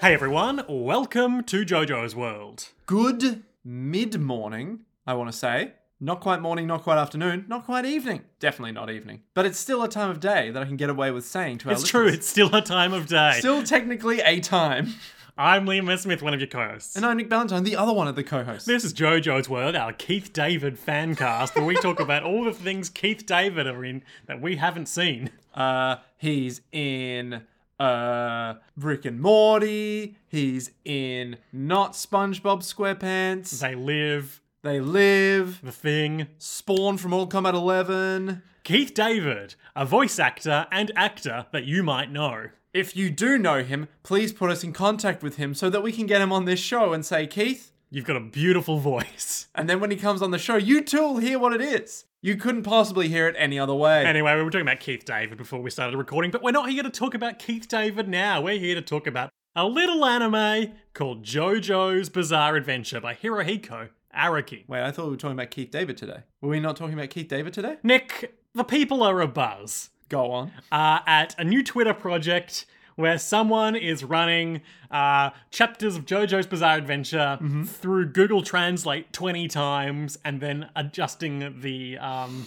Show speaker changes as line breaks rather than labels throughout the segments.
Hey everyone, welcome to JoJo's World.
Good mid morning, I want to say. Not quite morning, not quite afternoon, not quite evening. Definitely not evening. But it's still a time of day that I can get away with saying to our
It's true,
listeners.
it's still a time of day.
Still technically a time.
I'm Liam S. Smith, one of your co hosts.
And I'm Nick Valentine, the other one of the co hosts.
this is JoJo's World, our Keith David fan cast, where we talk about all the things Keith David are in that we haven't seen.
Uh, he's in uh, Rick and Morty. He's in not SpongeBob SquarePants.
They live,
They live.
the thing.
Spawn from Mortal Kombat 11.
Keith David, a voice actor and actor that you might know.
If you do know him, please put us in contact with him so that we can get him on this show and say, Keith.
You've got a beautiful voice.
And then when he comes on the show, you two will hear what it is. You couldn't possibly hear it any other way.
Anyway, we were talking about Keith David before we started recording, but we're not here to talk about Keith David now. We're here to talk about a little anime called JoJo's Bizarre Adventure by Hirohiko Araki.
Wait, I thought we were talking about Keith David today. Were we not talking about Keith David today?
Nick, the people are abuzz
Go on.
uh, at a new Twitter project where someone is running uh, chapters of JoJo's Bizarre Adventure through Google Translate 20 times and then adjusting the. Um,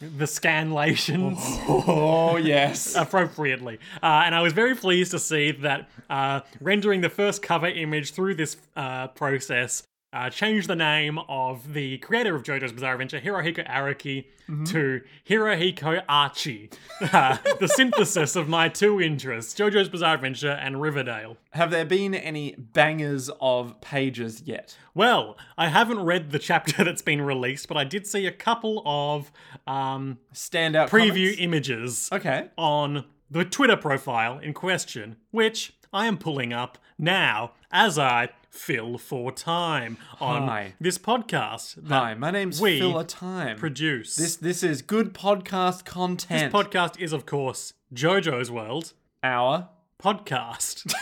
the scanlations.
Oh, yes.
appropriately. Uh, and I was very pleased to see that uh, rendering the first cover image through this uh, process uh, changed the name of the creator of JoJo's Bizarre Adventure, Hirohiko Araki, to Hirohiko Archie. Uh, the synthesis of my two interests, JoJo's Bizarre Adventure and Riverdale.
Have there been any bangers of pages yet?
Well, I haven't read the chapter that's been released, but I did see a couple of um,
Standout
preview
comments?
images.
Okay.
on the Twitter profile in question, which I am pulling up now as I fill for time on
Hi.
this podcast that
Hi, my name's
we
Phil A Time.
produce.
this this is good podcast content.
podcast is, of course, JoJo's World
Hour.
podcast.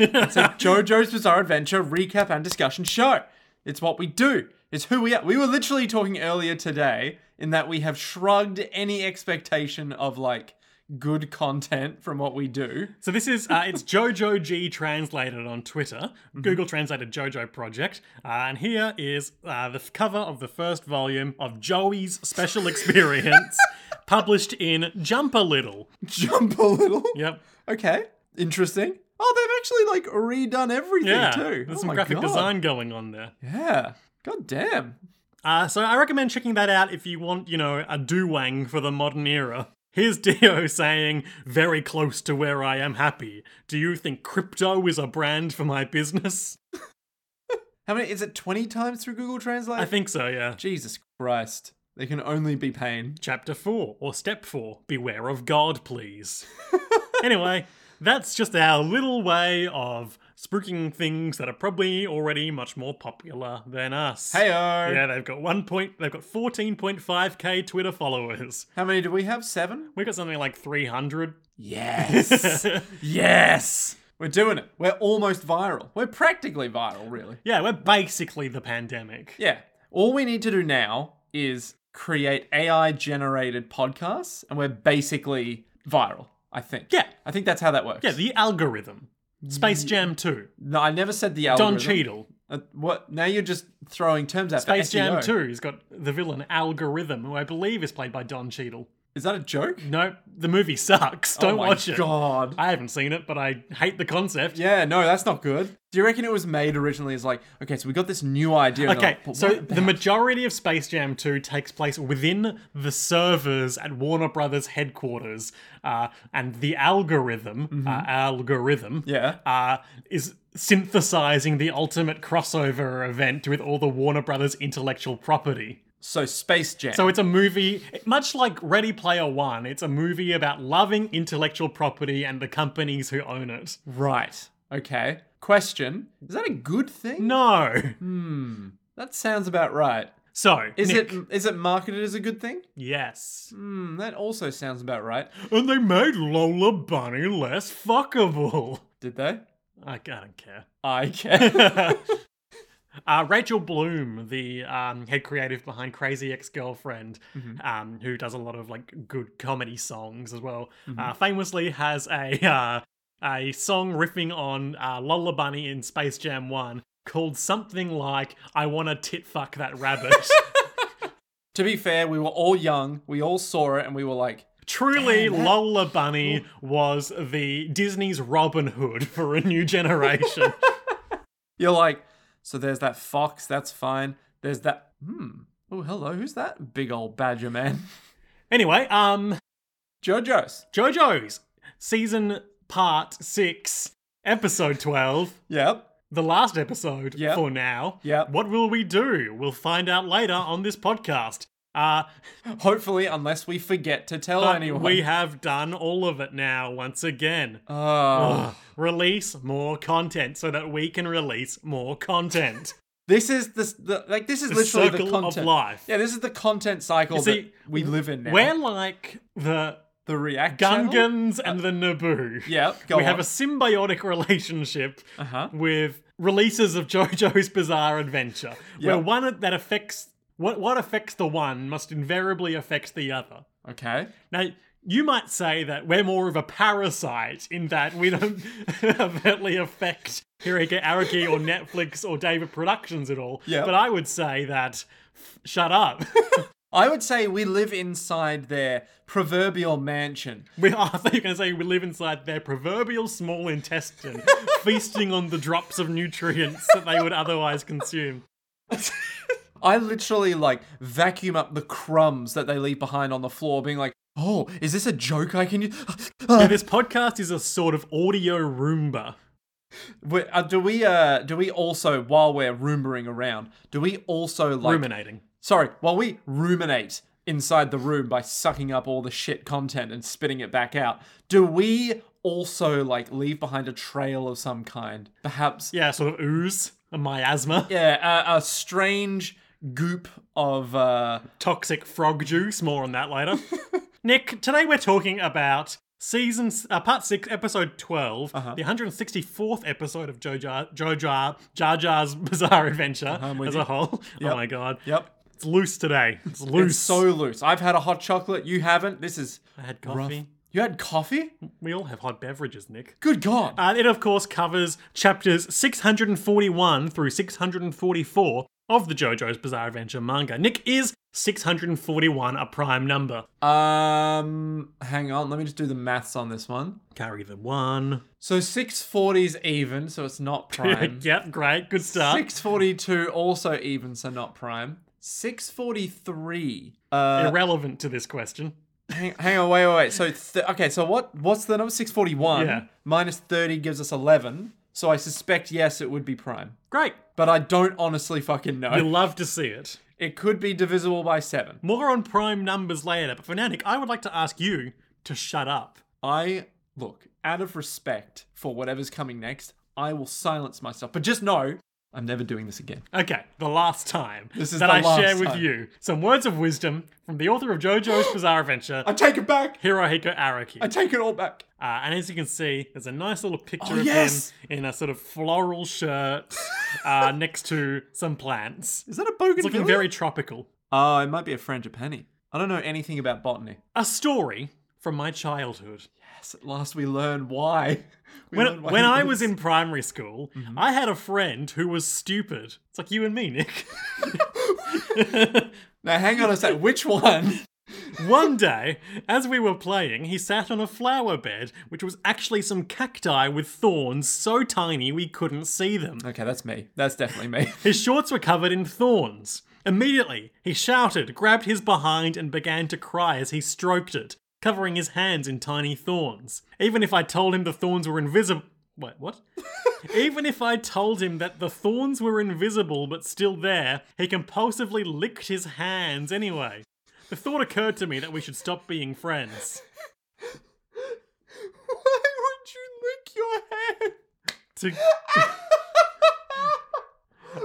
JoJo's Bizarre Adventure recap and discussion show. It's what we do. It's who we are. We were literally talking earlier today in that we have shrugged any expectation of like good content from what we do.
So this is uh, it's Jojo G translated on Twitter.
Mm-hmm.
Google translated Jojo Project, uh, and here is uh, the f- cover of the first volume of Joey's Special Experience, published in Jump a Little.
Jump a little.
Yep.
Okay. Interesting. Oh, they've actually like redone everything
Yeah,
too.
there's
Oh
some
my
graphic
God.
design going on there.
Yeah. God damn.
Uh, so I recommend checking that out if you want, you know, a doo-wang for the modern era. Here's Dio saying, very close to where I am happy. Do you think crypto is a brand for my business?
How many is it 20 times through Google Translate?
I think so, yeah.
Jesus Christ. There can only be pain.
Chapter 4, or Step 4, Beware of God, please. anyway, that's just our little way of spooking things that are probably already much more popular than us.
Heyo.
Yeah, they've got one point. They've got fourteen point five k Twitter followers.
How many do we have? Seven?
We got something like three hundred.
Yes. yes. We're doing it. We're almost viral. We're practically viral, really.
yeah, we're basically the pandemic.
Yeah. All we need to do now is create AI generated podcasts, and we're basically viral, I think.
Yeah.
I think that's how that works.
Yeah, the algorithm. Space Jam Two.
no, I never said the
Don
algorithm.
Cheadle.
Uh, what? Now you're just throwing terms out. for E
Space Jam
SEO.
Two. He's got the villain Algorithm, who I believe is played by Don Cheadle.
Is that a joke?
No, the movie sucks. Don't
oh my
watch it.
God.
I haven't seen it, but I hate the concept.
Yeah, no, that's not good. Do you reckon it was made originally as like, okay, so we got this new idea? and they're
Okay,
like, but
so
what
the majority of Space Jam 2 takes place within the servers at Warner Brothers headquarters, uh, and the algorithm, uh, algorithm,
Mm-hmm. Yeah.
uh, is synthesizing the ultimate crossover event with all the Warner Brothers intellectual property.
So Space Jam.
So it's a movie, much like Ready Player One. It's a movie about loving intellectual property and the companies who own it.
Right. Okay. Question: Is that a good thing?
No,
That sounds about right.
so
Mm. Is
Nick,
it is it marketed as a good thing?
yes?
Hmm, that also sounds about right.
And they made Lola Bunny less fuckable.
Did they?
I, I don't care.
I care.
Uh, Rachel Bloom, the um, head creative behind Crazy Ex-Girlfriend, um, Mm-hmm. who does a lot of like good comedy songs as well, uh, famously has a uh, a song riffing on uh, Lola Bunny in Space Jam 1 called something like I Wanna Tit Fuck That Rabbit.
To be fair, we were all young, we all saw it, and we were like,
Truly, Lola Bunny was the Disney's Robin Hood for a new generation.
You're like, so there's that fox, that's fine. There's that, hmm, oh, hello, who's that big old badger man?
anyway, um,
JoJo's.
JoJo's season part six, episode 12,
Yep.
the last episode
Yep.
for now.
Yep.
What will we do? We'll find out later on this podcast. Uh,
Hopefully, unless we forget to tell
but
anyone.
we have done all of it now once again.
oh,
Ugh. Release more content so that we can release more content.
this is the, the like this is
The
literally
circle
the
of
content
life.
Yeah, this is the content cycle
see,
that we live in now.
We're like the
the react channel? Uh,
Gungans and the Naboo.
Yep. Go
we
on.
have a symbiotic relationship
uh-huh.
with releases of JoJo's Bizarre Adventure, where
Yep.
one that affects what what affects the one must invariably affect the other.
Okay.
Now, you might say that we're more of a parasite in that we don't overtly affect Hirika Araki or Netflix or David Productions at all.
Yep.
But I would say that f- shut up.
I would say we live inside their proverbial mansion.
We are, I thought you were going to say we live inside their proverbial small intestine, feasting on the drops of nutrients that they would otherwise consume.
I literally like vacuum up the crumbs that they leave behind on the floor, being like, "Oh, is this a joke I can use?"
Yeah, this podcast is a sort of audio Roomba.
Wait, uh, do we? Uh, do we also, while we're rumoring around, do we also like?
Ruminating.
Sorry, while we ruminate inside the room by sucking up all the shit content and spitting it back out, do we also like leave behind a trail of some kind? Perhaps,
Yeah, sort of ooze, a miasma,
yeah, a, a strange goop of. Uh,
toxic frog juice. More on that later. Nick, today we're talking about season s- uh, part six, episode 12
Uh-huh.
the 164th episode of JoJo JoJo Jar Jar's Bizarre Adventure
Uh-huh, with
as
you.
a whole.
Yep.
Oh my god,
yep.
it's loose today. It's loose.
It's so loose. I've had a hot chocolate. You haven't. This is
I had
rough.
coffee.
You had coffee?
We all have hot beverages, Nick.
Good God.
And it, of course, covers chapters 641 through 644 of the JoJo's Bizarre Adventure manga. Nick, is 641 a prime number?
Um, hang on. Let me just do the maths on this one.
Carry the one.
So 640 is even, so it's not prime.
yep, great, good start.
642 also even, so not prime. 643. Uh,
Irrelevant to this question.
hang, hang on, wait, wait, wait. So th- okay, so what? What's the number? 641
Yeah.
minus 30 gives us 11. So I suspect yes, it would be prime,
Great.
but I don't honestly fucking
We
know.
love to see it.
It could be divisible by seven.
More on prime numbers later, but for now, Nick, I would like to ask you to shut up.
I look out of respect for whatever's coming next. I will silence myself, but just know I'm never doing this again.
Okay, the last time
This is
that
the
I share
last
with
time.
you some words of wisdom from the author of JoJo's Bizarre Adventure,
I take it back.
Hirohiko Araki.
I take it all back.
Uh, and as you can see, there's a nice little picture
Oh,
of
yes!
him in a sort of floral shirt uh, next to some plants.
Is that a
It's
bougainvillea?
looking very tropical.
Oh, it might be a frangipani. I don't know anything about botany.
A story from my childhood.
Yes, at last we learn why. We
When,
learn why
when
he
I
lives.
was in primary school,
Mm-hmm.
I had a friend who was stupid. It's like you and me, Nick.
Now, hang on a sec. Which one?
One day, as we were playing, he sat on a flower bed, which was actually some cacti with thorns so tiny we couldn't see them.
Okay, that's me. That's definitely me.
His shorts were covered in thorns. Immediately, he shouted, grabbed his behind, and began to cry as he stroked it, covering his hands in tiny thorns. Even if I told him the thorns were invisible. Wait, what? Even if I told him that the thorns were invisible but still there, he compulsively licked his hands anyway. The thought occurred to me that we should stop being friends.
why would you lick your hand?
To...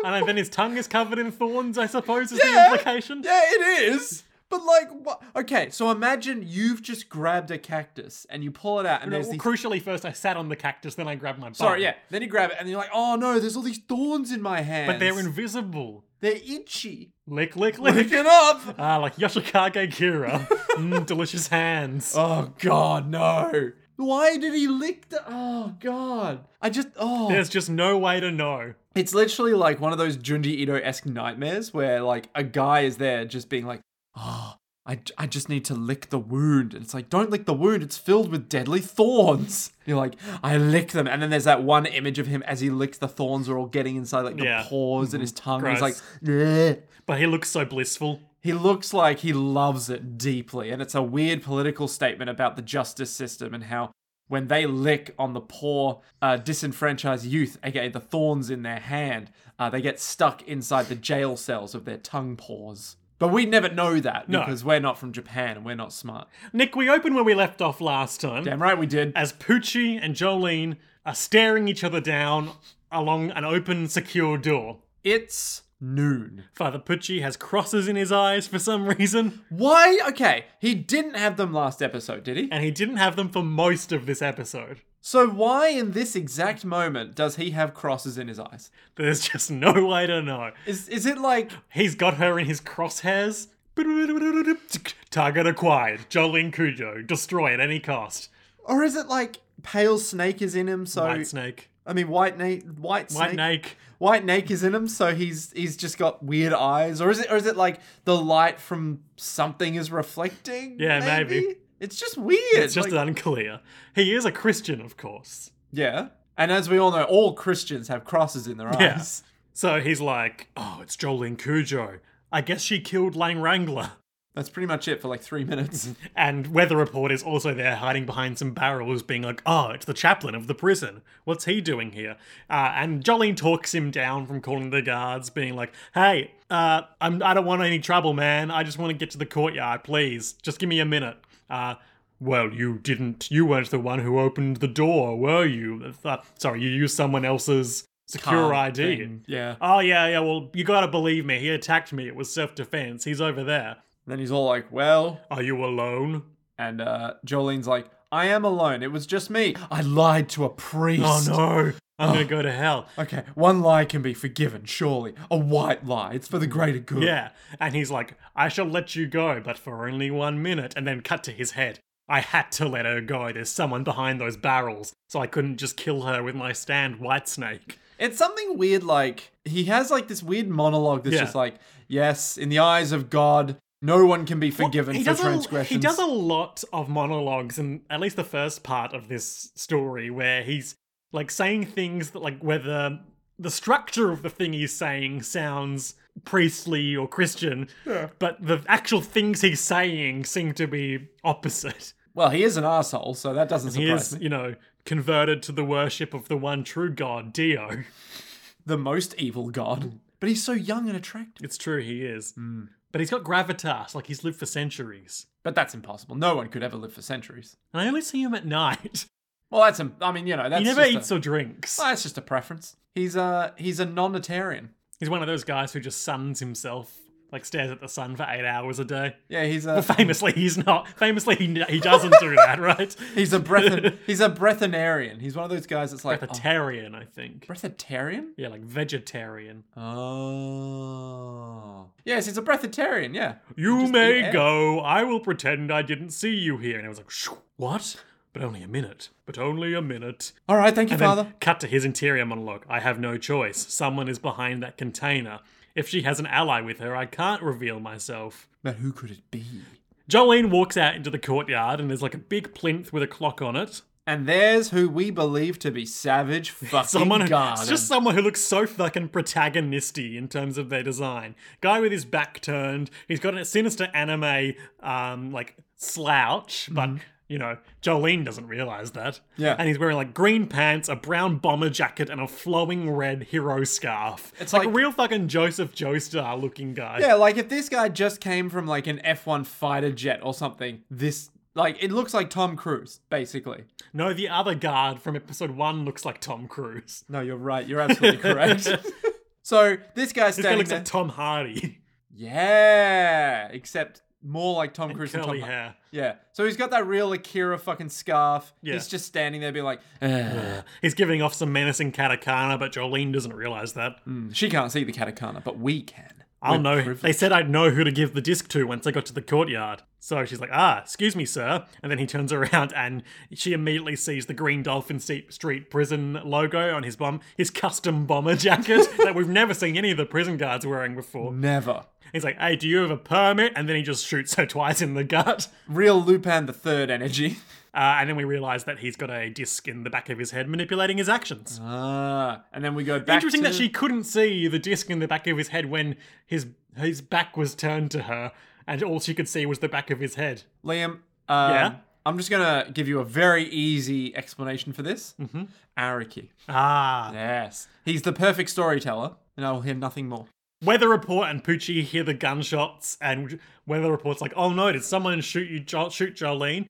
and then his tongue is covered in thorns, I suppose, is
Yeah.
the implication.
Yeah, it is. But like, what? Okay, so imagine you've just grabbed a cactus and you pull it out, and there's
Well,
these.
crucially, first I sat on the cactus, then I grabbed my bum.
Sorry, yeah. Then you grab it, and you're like, "Oh no, there's all these thorns in my hand."
But they're invisible.
They're itchy.
Lick, lick, lick.
Pick it up.
Ah, like Yoshikage Kira. mm, delicious hands.
Oh God, no! Why did he lick the? Oh God! I just oh.
There's just no way to know.
It's literally like one of those Junji Ito-esque nightmares where like a guy is there just being like, oh, I, I just need to lick the wound. And it's like, don't lick the wound. It's filled with deadly thorns. You're like, I lick them. And then there's that one image of him as he licks the thorns are all getting inside like the
Yeah. Mm-hmm.
paws and his tongue. He's like,
Gross.
"Bleh."
But he looks so blissful.
he looks like he loves it deeply. And it's a weird political statement about the justice system and how when they lick on the poor, uh, disenfranchised youth, aka the thorns in their hand, uh, they get stuck inside the jail cells of their tongue paws. But we never know that
No.
because we're not from Japan and we're not smart.
Nick, we opened where we left off last time.
Damn right we did.
as Poochie and Jolene are staring each other down along an open, secure door.
It's noon.
Father Poochie has crosses in his eyes for some reason,
Why? Okay, he didn't have them last episode, did he?
and he didn't have them for most of this episode.
So why in this exact moment does he have crosses in his eyes?
There's just no way to know.
Is is it like
He's got her in his crosshairs. Target acquired. Jolene Cujo. Destroy at any cost.
or is it like pale snake is in him so
White snake.
I mean white na- white snake
White snake.
white snake is in him so he's he's just got weird eyes or is it or is it like the light from something is reflecting?
Yeah, maybe.
It's just weird.
It's just
like-
unclear. He is a Christian, of course.
yeah. And as we all know, all Christians have crosses in their eyes.
Yeah. So he's like, oh, it's Jolene Cujo. I guess she killed Lang Wrangler.
That's pretty much it for like three minutes.
And Weather Report is also there hiding behind some barrels, being like, oh, it's the chaplain of the prison. What's he doing here? Uh, and Jolene talks him down from calling the guards, being like, hey, uh, I'm, I don't want any trouble, man. I just want to get to the courtyard, please. Just give me a minute. Uh, well, you didn't. You weren't the one who opened the door, were you? Uh, sorry, you used someone else's secure
Card
ID.
thing. Yeah.
Oh, yeah, yeah, well, you gotta believe me. He attacked me. It was self defense. He's over there.
Then he's all like, well,
Are you alone?
and uh, Jolene's like, I am alone. It was just me. I lied to a priest.
Oh no, I'm gonna go to hell.
Okay, one lie can be forgiven, surely. A white lie. It's for the greater good.
Yeah. And he's like, I shall let you go, but for only one minute. And then cut to his head. I had to let her go. There's someone behind those barrels, so I couldn't just kill her with my stand, Whitesnake.
It's something weird, like, he has like this weird monologue that's
Yeah.
just like, yes, in the eyes of God, no one can be forgiven
He
for
does, a,
transgressions.
he does a lot of monologues in at least the first part of this story where he's like saying things that like whether the structure of the thing he's saying sounds priestly or Christian, but the actual things he's saying seem to be opposite.
well, he is an asshole, so that doesn't
He
surprise
is,
me.
you know, converted to the worship of the one true God, Dio.
The most evil God. But he's so young and attractive.
It's true, he is.
Hmm.
But he's got gravitas, like he's lived for centuries.
But that's impossible. No one could ever live for centuries.
And I only see him at night.
Well, that's, im- I mean, you know, that's
he never
just a-
eats or drinks.
Well, that's just a preference. He's a he's a non-Atarian.
He's one of those guys who just suns himself, like stares at the sun for eight hours a day.
Yeah, he's a
Famously, he's not. Famously, he, he doesn't do that, right?
he's a breathin he's a breathanarian. He's one of those guys that's like oh,
Breatharian, I think.
breathitarian.
Yeah, like vegetarian.
Oh, yes, he's a breathitarian. Yeah,
You
Just eat
may
air.
go. I will pretend I didn't see you here. And I was like, "Shh, what? But only a minute. But only a minute.
All right, thank you,
And
Father.
then cut to his interior monologue. I have no choice. Someone is behind that container. If she has an ally with her, I can't reveal myself.
But who could it be?
Jolene walks out into the courtyard and there's like a big plinth with a clock on it.
And there's who we believe to be Savage fucking
Someone who,
Garden.
it's just someone who looks so fucking protagonisty in terms of their design. Guy with his back turned. He's got a sinister anime um like slouch, but you know Jolene doesn't realize that.
Mm-hmm. Yeah.
and he's wearing like green pants, a brown bomber jacket, and a flowing red hero scarf. It's like,
like-
a real fucking Joseph Joestar looking guy.
yeah, like if this guy just came from like an F1 fighter jet or something, this like it looks like Tom Cruise basically.
No, the other guard from episode one looks like Tom Cruise.
No, you're right. You're absolutely correct. so this guy's
This guy
standing
looks
there.
like Tom Hardy.
yeah, except more like Tom Cruise and
Curly
Tom.
hair.
Yeah. So he's got that real Akira fucking scarf.
Yeah.
He's just standing there being like,
He's giving off some menacing katakana, but Jolene doesn't realize that.
"Mm, she can't see the katakana, but we can.
I'll
We're
know. They
privileged.
said I'd know who to give the disc to once I got to the courtyard. So she's like, ah, excuse me, sir. And then he turns around and she immediately sees the Green Dolphin Ste- Street prison logo on his bomb, his custom bomber jacket that we've never seen any of the prison guards wearing before.
Never.
He's like, hey, do you have a permit? And then he just shoots her twice in the gut.
Real Lupin the Third energy.
Uh, and then we realize that he's got a disc in the back of his head manipulating his actions.
Ah, and then we go back.
Interesting
to...
that she couldn't see the disc in the back of his head when his his back was turned to her, and all she could see was the back of his head.
Liam, um,
Yeah?
I'm just gonna give you a very easy explanation for this. Mm-hmm. Araki.
Ah.
Yes, he's the perfect storyteller, and I will hear nothing more.
Weather report and Poochie hear the gunshots, and weather report's like, "Oh no, did someone shoot you? Jo- shoot Jolene?"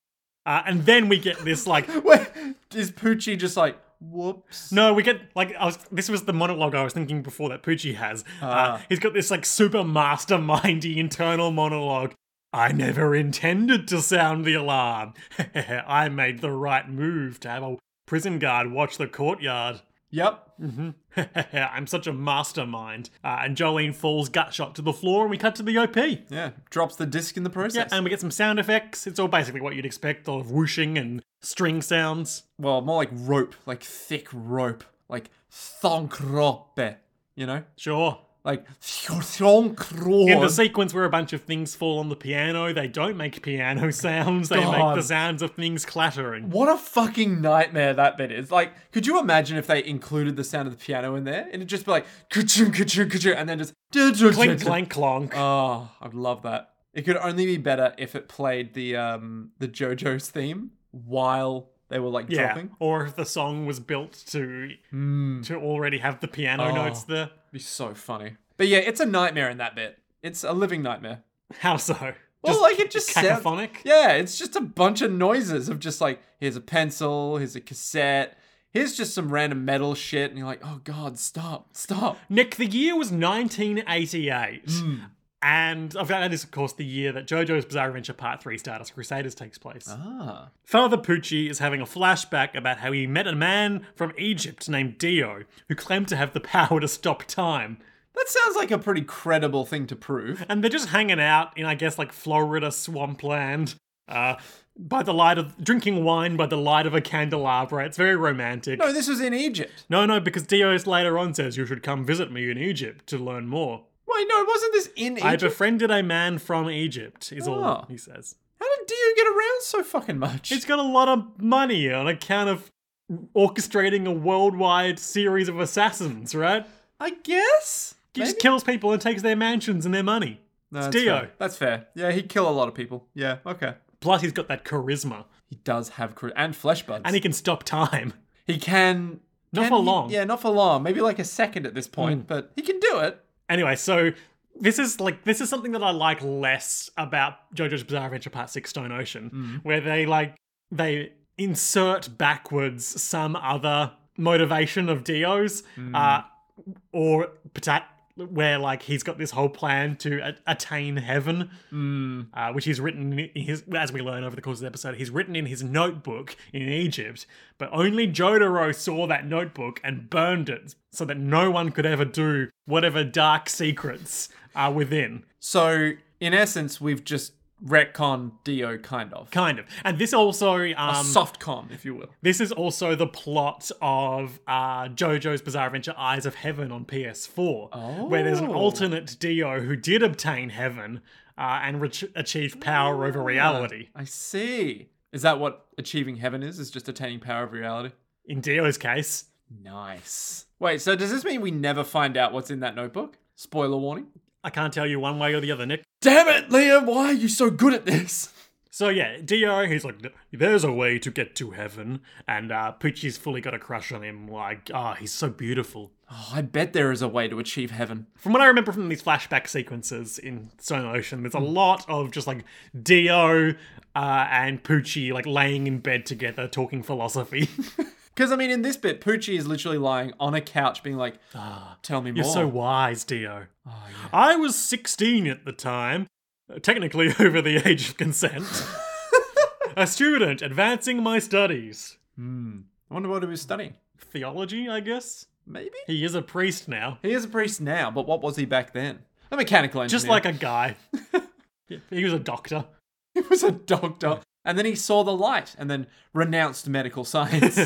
Uh, and then we get this like,
Wait, is Poochie just like whoops?
no, we get like, I was, this was the monologue I was thinking before that Poochie has. Uh,
Ah.
he's got this like super mastermindy internal monologue. I never intended to sound the alarm. I made the right move to have a prison guard watch the courtyard.
Yep.
Mhm. I'm such a mastermind. Uh, and Jolene falls gut shot to the floor, and we cut to the OP.
Yeah. Drops the disc in the process.
And we get some sound effects. It's all basically what you'd expect, all of whooshing and string sounds.
well, more like rope, like thick rope, like thonk rope. You know,
Sure.
like thonk
In the
rope.
sequence where a bunch of things fall on the piano, they don't make piano sounds, they make
God.
the sounds of things clattering.
What a fucking nightmare that bit is. Like, could you imagine if they included the sound of the piano in there? And it'd just be like, ka-ching, ka-ching, ka-ching, and then just
Clink, clank, clonk.
Oh, I'd love that. It could only be better if it played the um the JoJo's theme while they were like
yeah.
dropping.
Or if the song was built to
Mm,
to already have the piano
Oh.
notes there.
be so funny. But yeah, it's a nightmare in that bit. It's a living nightmare.
How so?
Well,
Just
like it just sounds-
cacophonic?
Yeah, it's just a bunch of noises of just like here's a pencil, here's a cassette, here's just some random metal shit, and you're like, oh god, stop, stop.
Nick, the year was 1988.
Hmm.
And of that is, of course, the year that JoJo's Bizarre Adventure Part 3 Stardust Crusaders takes place.
Ah,
Father Pucci is having a flashback about how he met a man from Egypt named Dio who claimed to have the power to stop time.
that sounds like a pretty credible thing to prove.
And they're just hanging out in, I guess, like Florida swampland. Uh, by the light of drinking wine by the light of a candelabra. It's very romantic.
No, this was in Egypt.
no, no, because Dio's later on says you should come visit me in Egypt to learn more.
Wait, no, wasn't this in
I
Egypt?
befriended a man from Egypt, is all
Oh.
he says.
How did Dio get around so fucking much?
He's got a lot of money on account of orchestrating a worldwide series of assassins, right?
I guess.
He just
Maybe?
kills people and takes their mansions and their money.
No,
it's
that's
Dio.
fair. That's fair. Yeah, he'd kill a lot of people. Yeah, okay.
Plus, he's got that charisma
He does have cri- and flesh buds.
and he can stop time.
He can.
Not
can
for
he-
long. Mm.
yeah, not for long. Maybe like a second at this point, but he can do it.
Anyway, so this is like this is something that I like less about JoJo's Bizarre Adventure Part Six: Stone Ocean, where they like they insert backwards some other motivation of Dio's, uh, or pota- where like he's got this whole plan to a- attain heaven, uh, which he's written in his as we learn over the course of the episode. He's written in his notebook in Egypt, but only Jotaro saw that notebook and burned it so that no one could ever do whatever dark secrets are within.
So, in essence, we've just retcon Dio, kind of.
Kind of, and this also um,
Soft con, if you will.
This is also the plot of uh, JoJo's Bizarre Adventure Eyes of Heaven on PS4, where there's an
Oh.
alternate Dio who did obtain heaven uh, and re- achieve power over reality.
I see. Is that what achieving heaven is? Is just attaining power of reality?
In Dio's case,
Nice. Wait, so does this mean we never find out what's in that notebook? Spoiler warning.
I can't tell you one way or the other, Nick.
Damn it, Liam, why are you so good at this?
So yeah, Dio, he's like, there's a way to get to heaven, and uh, Poochie's fully got a crush on him. Like, ah, he's so beautiful.
Oh, I bet there is a way to achieve heaven.
From what I remember from these flashback sequences in Stone Ocean, there's a lot of just like Dio uh, and Poochie like laying in bed together talking philosophy.
Because, I mean, in this bit, Poochie is literally lying on a couch being like, tell me more.
You're so wise, Dio. I was 16 at the time, uh, technically over the age of consent. a student advancing my studies.
Hmm. I wonder what he was studying.
Theology, I guess?
Maybe?
He is a priest now.
He is a priest now, but what was he back then? A mechanical engineer.
Just like a guy. Yeah, he was a doctor.
he was a doctor. And then he saw the light and then renounced medical science.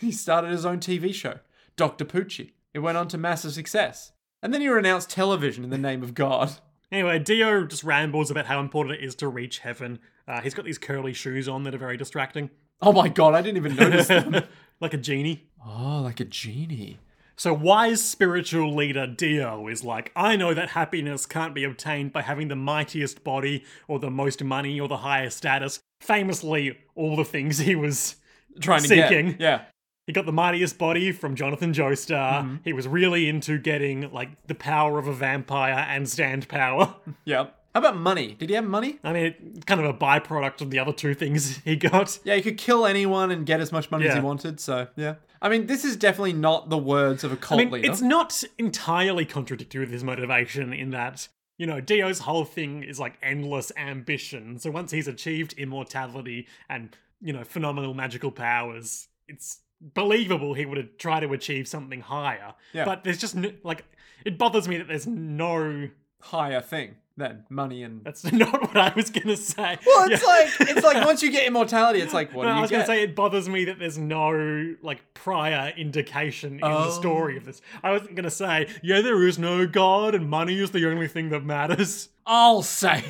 he started his own TV show, Dr. Pucci. It went on to massive success. And then he renounced television in the name of God.
Anyway, Dio just rambles about how important it is to reach heaven. Uh, he's got these curly shoes on that are very distracting, um,
Oh my god, I didn't even notice them.
like a genie.
Oh, like a genie.
So, wise spiritual leader Dio is like, I know that happiness can't be obtained by having the mightiest body, or the most money, or the highest status. Famously, all the things he was
Trying to
Seeking.
get. Yeah.
He got the mightiest body from Jonathan Joestar. He was really into getting like the power of a vampire and stand power.
Yeah. How about money? Did he have money?
I mean, it- kind of a byproduct of the other two things he got.
Yeah, he could kill anyone and get as much money as he
Yeah.
wanted, so yeah. I mean, this is definitely not the words of a cult
I mean,
leader.
it's not entirely contradictory with his motivation in that, you know, Dio's whole thing is like endless ambition. So once he's achieved immortality and, you know, phenomenal magical powers, it's believable he would have tried to achieve something higher.
Yeah.
But there's just, n like, it bothers me that there's no
Higher thing than money and
That's not what I was gonna say.
Well, it's
Yeah.
like it's like once you get immortality, it's like what
No,
do
I
you
was
get?
gonna say it bothers me that there's no like prior indication in
Oh.
the story of this. I wasn't gonna say, yeah, there is no god and money is the only thing that matters.
I'll say.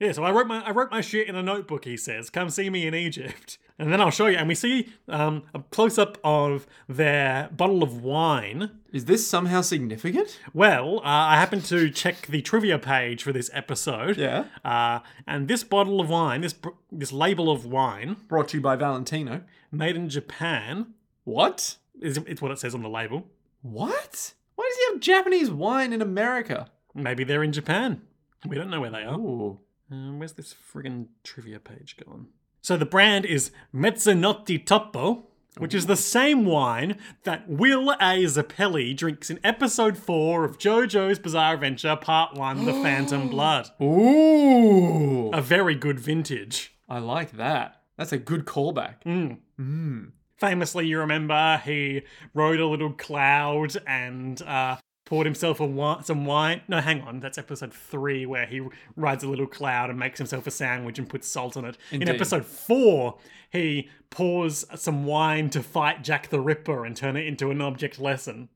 Yeah, so I wrote my I wrote my shit in a notebook. He says, "Come see me in Egypt, and then I'll show you." And we see um, a close up of their bottle of wine.
Is this somehow significant?
Well, uh, I happened to check the trivia page for this episode.
Yeah.
Uh, and this bottle of wine, this br- this label of wine,
Brought to you by Valentino.
made in Japan,
What?
is it's what it says on the label.
What? Why does he have Japanese wine in America?
Maybe they're in Japan. We don't know where they are.
Ooh.
Um, where's this friggin' trivia page gone? So the brand is Mezzanotti Toppo, which is the same wine that Will A. Zappelli drinks in episode four of JoJo's Bizarre Adventure Part One: The Phantom Blood.
Ooh.
A very good vintage.
I like that. That's a good callback.
Mm. famously, you remember, he rode a little cloud and uh, poured himself a wi- some wine. No, hang on, that's episode three where he rides a little cloud and makes himself a sandwich and puts salt on it.
Indeed.
In episode four, he pours some wine to fight Jack the Ripper and turn it into an object lesson.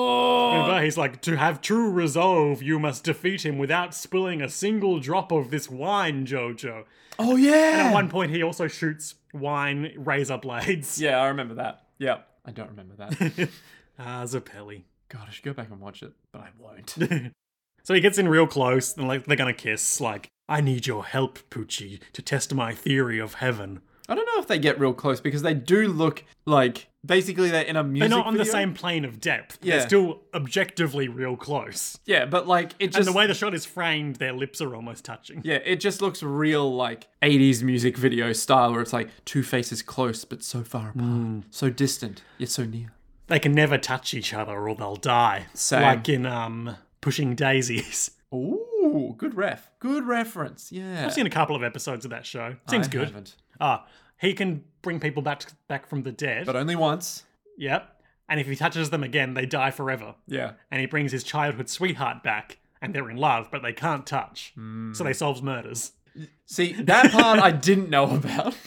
Whoa.
Remember, he's like, to have true resolve, you must defeat him without spilling a single drop of this wine, Jojo.
Oh yeah.
At one point, he also shoots wine razor blades.
Yeah, I remember that. Yeah. I don't remember that.
Ah, Zappelli.
God, I should go back and watch it, but I won't.
So he gets in real close, and like they're gonna kiss. Like, I need your help, Poochie, to test my theory of heaven.
I don't know if they get real close because they do look like basically they're in a music.
They're not on the
video.
same plane of depth.
Yeah.
They're still objectively real close.
Yeah, but like it just
and the way the shot is framed, their lips are almost touching.
Yeah, it just looks real like 80s music video style where it's like two faces close but so far apart, so distant yet so near.
They can never touch each other, or they'll die.
Same.
Like in um, Pushing Daisies.
Ooh, good ref. Good reference. Yeah.
I've seen a couple of episodes of that show. Seems
I
good.
haven't.
Ah, he can bring people back back from the dead.
But uh, only once.
yep. And if he touches them again, they die forever.
Yeah.
and he brings his childhood sweetheart back, and they're in love, but they can't touch.
Hmm.
So they solves murders.
See, that part I didn't know about.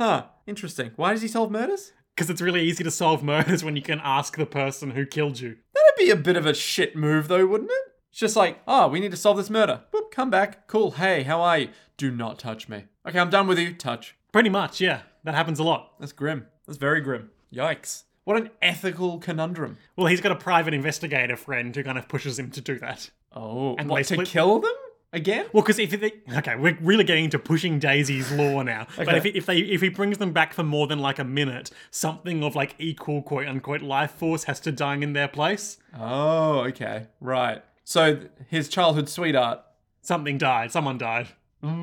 Huh, interesting. Why does he solve murders?
Because it's really easy to solve murders when you can ask the person who killed you.
That'd be a bit of a shit move though, wouldn't it? It's just like, oh, we need to solve this murder. Boop, come back. Cool. Hey, how are you? Do not touch me. Okay, I'm done with you. Touch.
Pretty much, yeah. That happens a lot.
That's grim. That's very grim. Yikes. What an ethical conundrum.
Well, he's got a private investigator friend who kind of pushes him to do that.
Oh, and
And
what,
they
to
split-
kill them again?
Well, because if they, okay, we're really getting into pushing Daisy's law now. But if, he- if they if he brings them back for more than like a minute, something of like equal quote unquote life force has to die in their place.
Oh, okay, right. So th- his childhood sweetheart.
Something died. Someone died.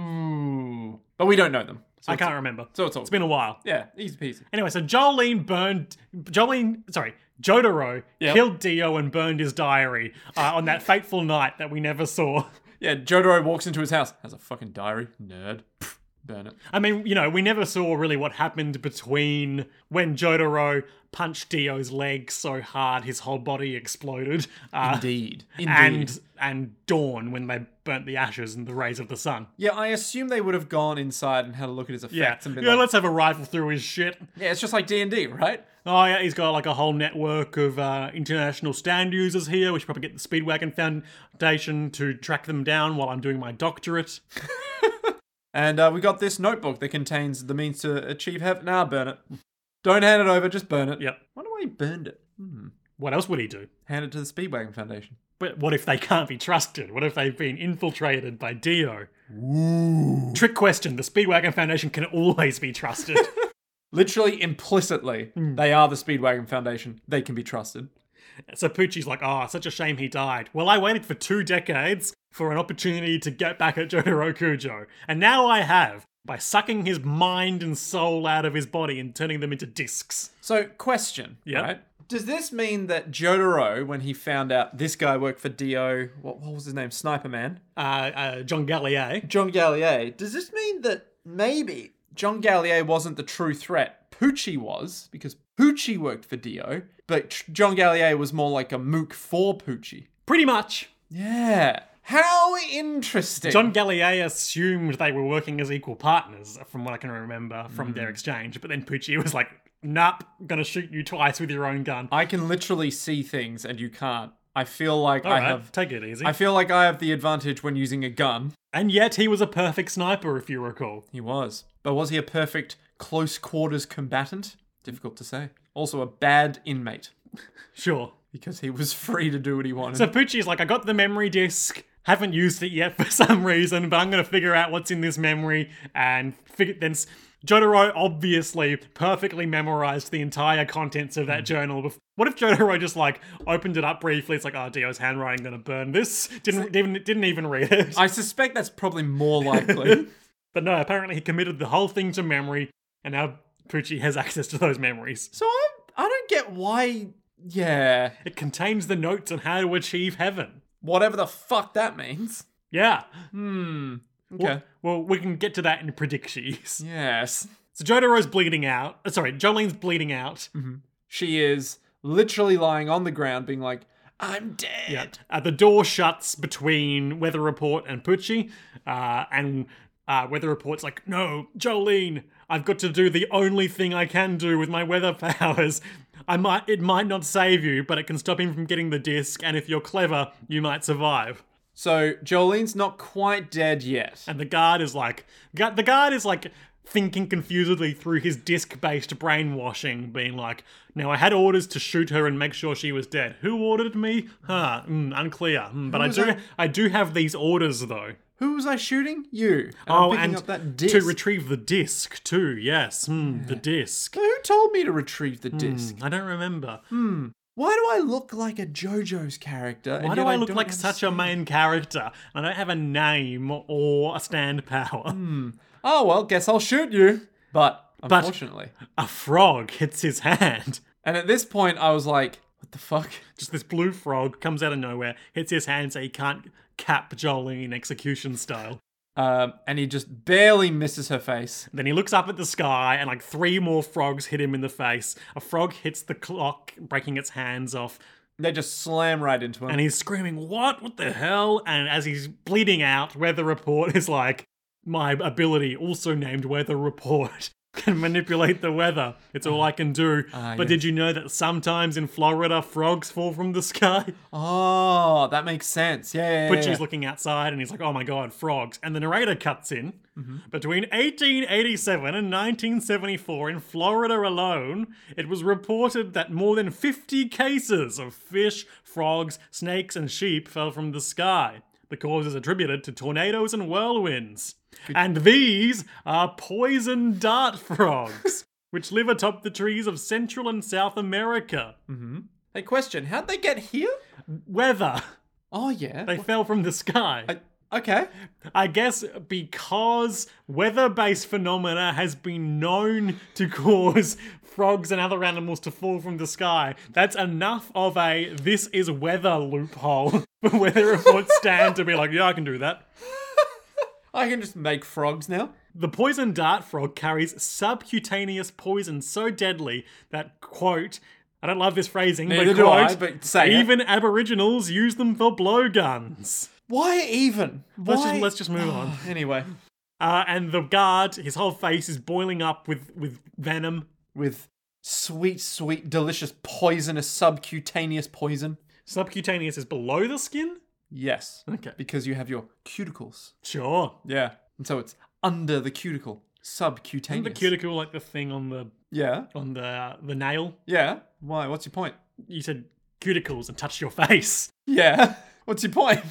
Ooh, but we don't know them. So
I can't remember.
So it's all.
It's been a while.
yeah, easy peasy.
Anyway, so Jolene burned Jolene, sorry, Jotaro
Yep.
killed Dio and burned his diary uh, on that fateful night that we never saw.
Yeah, Jodoro walks into his house. Has a fucking diary, nerd. Pff, Burn it.
I mean, you know, we never saw really what happened between when Jotaro punched Dio's leg so hard his whole body exploded, uh,
Indeed. Indeed.
and and Dawn when they burnt the ashes and the rays of the sun.
yeah, I assume they would have gone inside and had a look at his effects
Yeah,
and been
yeah.
like,
let's have a rifle through his shit.
yeah, it's just like D&D, right?
Oh yeah, he's got like a whole network of uh, international stand users here. We should probably get the Speedwagon Foundation to track them down while I'm doing my doctorate.
And uh, we got this notebook that contains the means to achieve heaven. Nah, burn it. Don't hand it over, just burn it.
Yep.
Wonder why he burned it. Hmm.
What else would he do?
Hand it to the Speedwagon Foundation.
But what if they can't be trusted? What if they've been infiltrated by Dio?
Ooh.
Trick question: The Speedwagon Foundation can always be trusted.
Literally, implicitly, they are the Speedwagon Foundation. They can be trusted.
so Pucci's like, "Oh, such a shame he died." Well, I waited for two decades for an opportunity to get back at Jotaro Kujo, and now I have by sucking his mind and soul out of his body and turning them into discs.
So, question,
Yep.
right? Does this mean that Jotaro, when he found out this guy worked for Dio, what, what was his name? Sniper Man?
Uh, uh, John Gallier.
John Gallier. Does this mean that maybe John Gallier wasn't the true threat? Poochie was, because Poochie worked for Dio, but tr- John Gallier was more like a mook for Poochie.
Pretty much.
Yeah. How interesting.
John Gallier assumed they were working as equal partners, from what I can remember from
Hmm.
their exchange, but then Pucci was like, Nope, gonna shoot you twice with your own gun.
I can literally see things and you can't. I feel like I
Alright,
have.
take it easy.
I feel like I have the advantage when using a gun.
and yet he was a perfect sniper, if you recall.
He was. But was he a perfect close quarters combatant? Difficult to say. Also a bad inmate
Sure.
because he was free to do what he wanted.
So Pucci's like, I got the memory disk, haven't used it yet for some reason, but I'm gonna figure out what's in this memory and figure then. s- Jotaro obviously perfectly memorized the entire contents of that
Hmm.
journal. bef- What if Jotaro just like opened it up briefly? It's like, oh, Dio's handwriting gonna burn this. Didn't even didn't even read it.
I suspect that's probably more likely.
But no, apparently he committed the whole thing to memory, and now Pucci has access to those memories.
so I, I don't get why. Yeah,
It contains the notes on how to achieve heaven.
whatever the fuck that means.
Yeah.
Hmm. Okay.
Well, we can get to that in predictions.
Yes,
So Jotaro's bleeding out. uh, Sorry, Jolene's bleeding out.
she is literally lying on the ground, being like, "I'm dead."
Yeah. Uh, the door shuts between Weather Report and Pucci, uh, and uh, Weather Report's like, "No, Jolene, I've got to do the only thing I can do with my weather powers. I might, it might not save you, but it can stop him from getting the disc. And if you're clever, you might survive."
So Jolene's not quite dead yet.
And the guard is like, gu- the guard is like thinking confusedly through his disc-based brainwashing, being like, "Now I had orders to shoot her and make sure she was dead. Who ordered me? Huh? Mm, unclear. Hmm, but I
was
do,
that?
I do have these orders though.
Who was I shooting? You. And I'm
oh,
picking
and
up that
to
disc.
retrieve the disc too. Yes, hmm, the disc.
Who told me to retrieve
Hmm.
the disc?
I don't remember.
Hmm, Why do I look like a JoJo's character? and
Why do
yet
I look
don't
like such a main character? I don't have a name or a stand power.
understand? Oh well, guess I'll shoot you. But
But-
unfortunately,
A frog hits his hand.
and at this point, I was like, "What the fuck?"
Just this blue frog comes out of nowhere, hits his hand so he can't cap Jolene execution style.
Um, and he just barely misses her face.
Then he looks up at the sky and like three more frogs hit him in the face. A frog hits the clock, breaking its hands off,
They just slam right into him.
and he's screaming, What? What the hell? And as he's bleeding out, Weather Report is like, My ability, also named Weather Report, can manipulate the weather. It's all I can do.
Ah,
but
yes.
did you know that sometimes in Florida, frogs fall from the sky?
oh, that makes sense. Yeah, yeah, yeah,
Butchie's
yeah.
looking outside and he's like, oh my god, frogs. And the narrator cuts in.
Mm-hmm.
Between 1887 and 1974, in Florida alone, it was reported that more than 50 cases of fish, frogs, snakes, and sheep fell from the sky. The cause is attributed to tornadoes and whirlwinds. And these are poison dart frogs, which live atop the trees of Central and South America.
Hmm. Hey, question: How'd they get here?
Weather.
Oh yeah.
They fell from the sky.
I- okay.
I guess because weather based phenomena has been known to cause frogs and other animals to fall from the sky, that's enough of a this is weather loophole for weather report stand to be like, yeah, I can do that.
I can just make frogs now.
The poison dart frog carries subcutaneous poison so deadly that, quote, I don't love this phrasing,
Neither
but
do
quote,
I, but say it.
even Aboriginals use them for blowguns.
Why even?
Let's
Why-
just, let's just move on.
Anyway,
Uh, and the guard, his whole face is boiling up with, with venom.
with sweet, sweet, delicious, poisonous, subcutaneous poison.
Subcutaneous is below the skin?
Yes.
Okay.
Because you have your cuticles.
Sure.
Yeah. And so it's under the cuticle. Subcutaneous.
The cuticle, like the thing on the
yeah.
on the uh, the nail.
Yeah. Why? What's your point?
You said cuticles and touched your face.
Yeah. What's your point?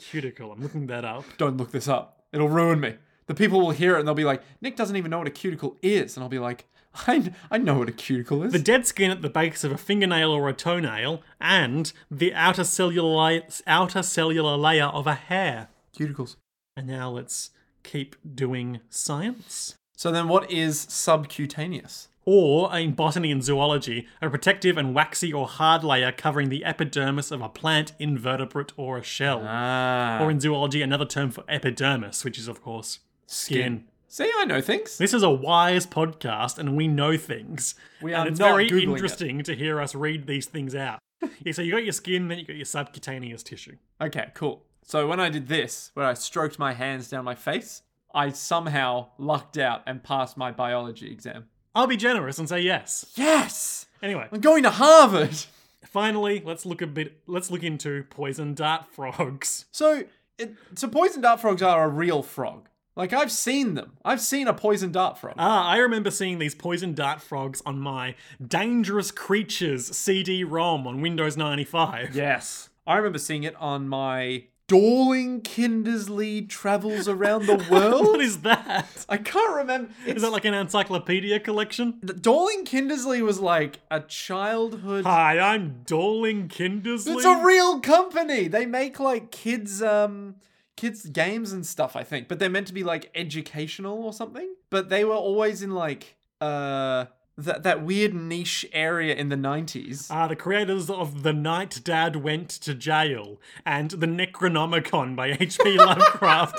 Cuticle. I'm looking that up.
Don't look this up. It'll ruin me. The people will hear it and they'll be like, Nick doesn't even know what a cuticle is. And I'll be like, I, I know what a cuticle is.
The dead skin at the base of a fingernail or a toenail, and the outer cellular li- outer cellular layer of a hair.
Cuticles.
And now let's keep doing science.
So then what is subcutaneous?
Or, in botany and zoology, a protective and waxy or hard layer covering the epidermis of a plant, invertebrate, or a shell.
Ah.
Or in zoology, another term for epidermis, which is, of course, skin.
See, I know things.
This is a wise podcast, and we know things.
We
and
are
it's
not
very
Googling it.
interesting to hear us read these things out. yeah, so you got your skin, then you got your subcutaneous tissue.
Okay, cool. So when I did this, where I stroked my hands down my face, I somehow lucked out and passed my biology exam.
I'll be generous and say yes.
Yes!
Anyway,
I'm going to Harvard!
finally, let's look a bit. Let's look into poison dart frogs.
So, it, so poison dart frogs are a real frog. Like, I've seen them. I've seen a poison dart frog.
Ah, I remember seeing these poison dart frogs on my Dangerous Creatures CD-ROM on Windows 95.
yes. I remember seeing it on my Dorling Kindersley Travels Around the
What
World.
is that?
I can't remember. It's,
Is that like an encyclopedia collection?
Dorling Kindersley was like a childhood
Hi, I'm Dorling Kindersley.
It's a real company. They make like kids um kids games and stuff, I think, but they're meant to be like educational or something. But they were always in like uh that that weird niche area in the 90s.
are Ah, the creators of The Night Dad Went to Jail and The Necronomicon by H.P. Lovecraft.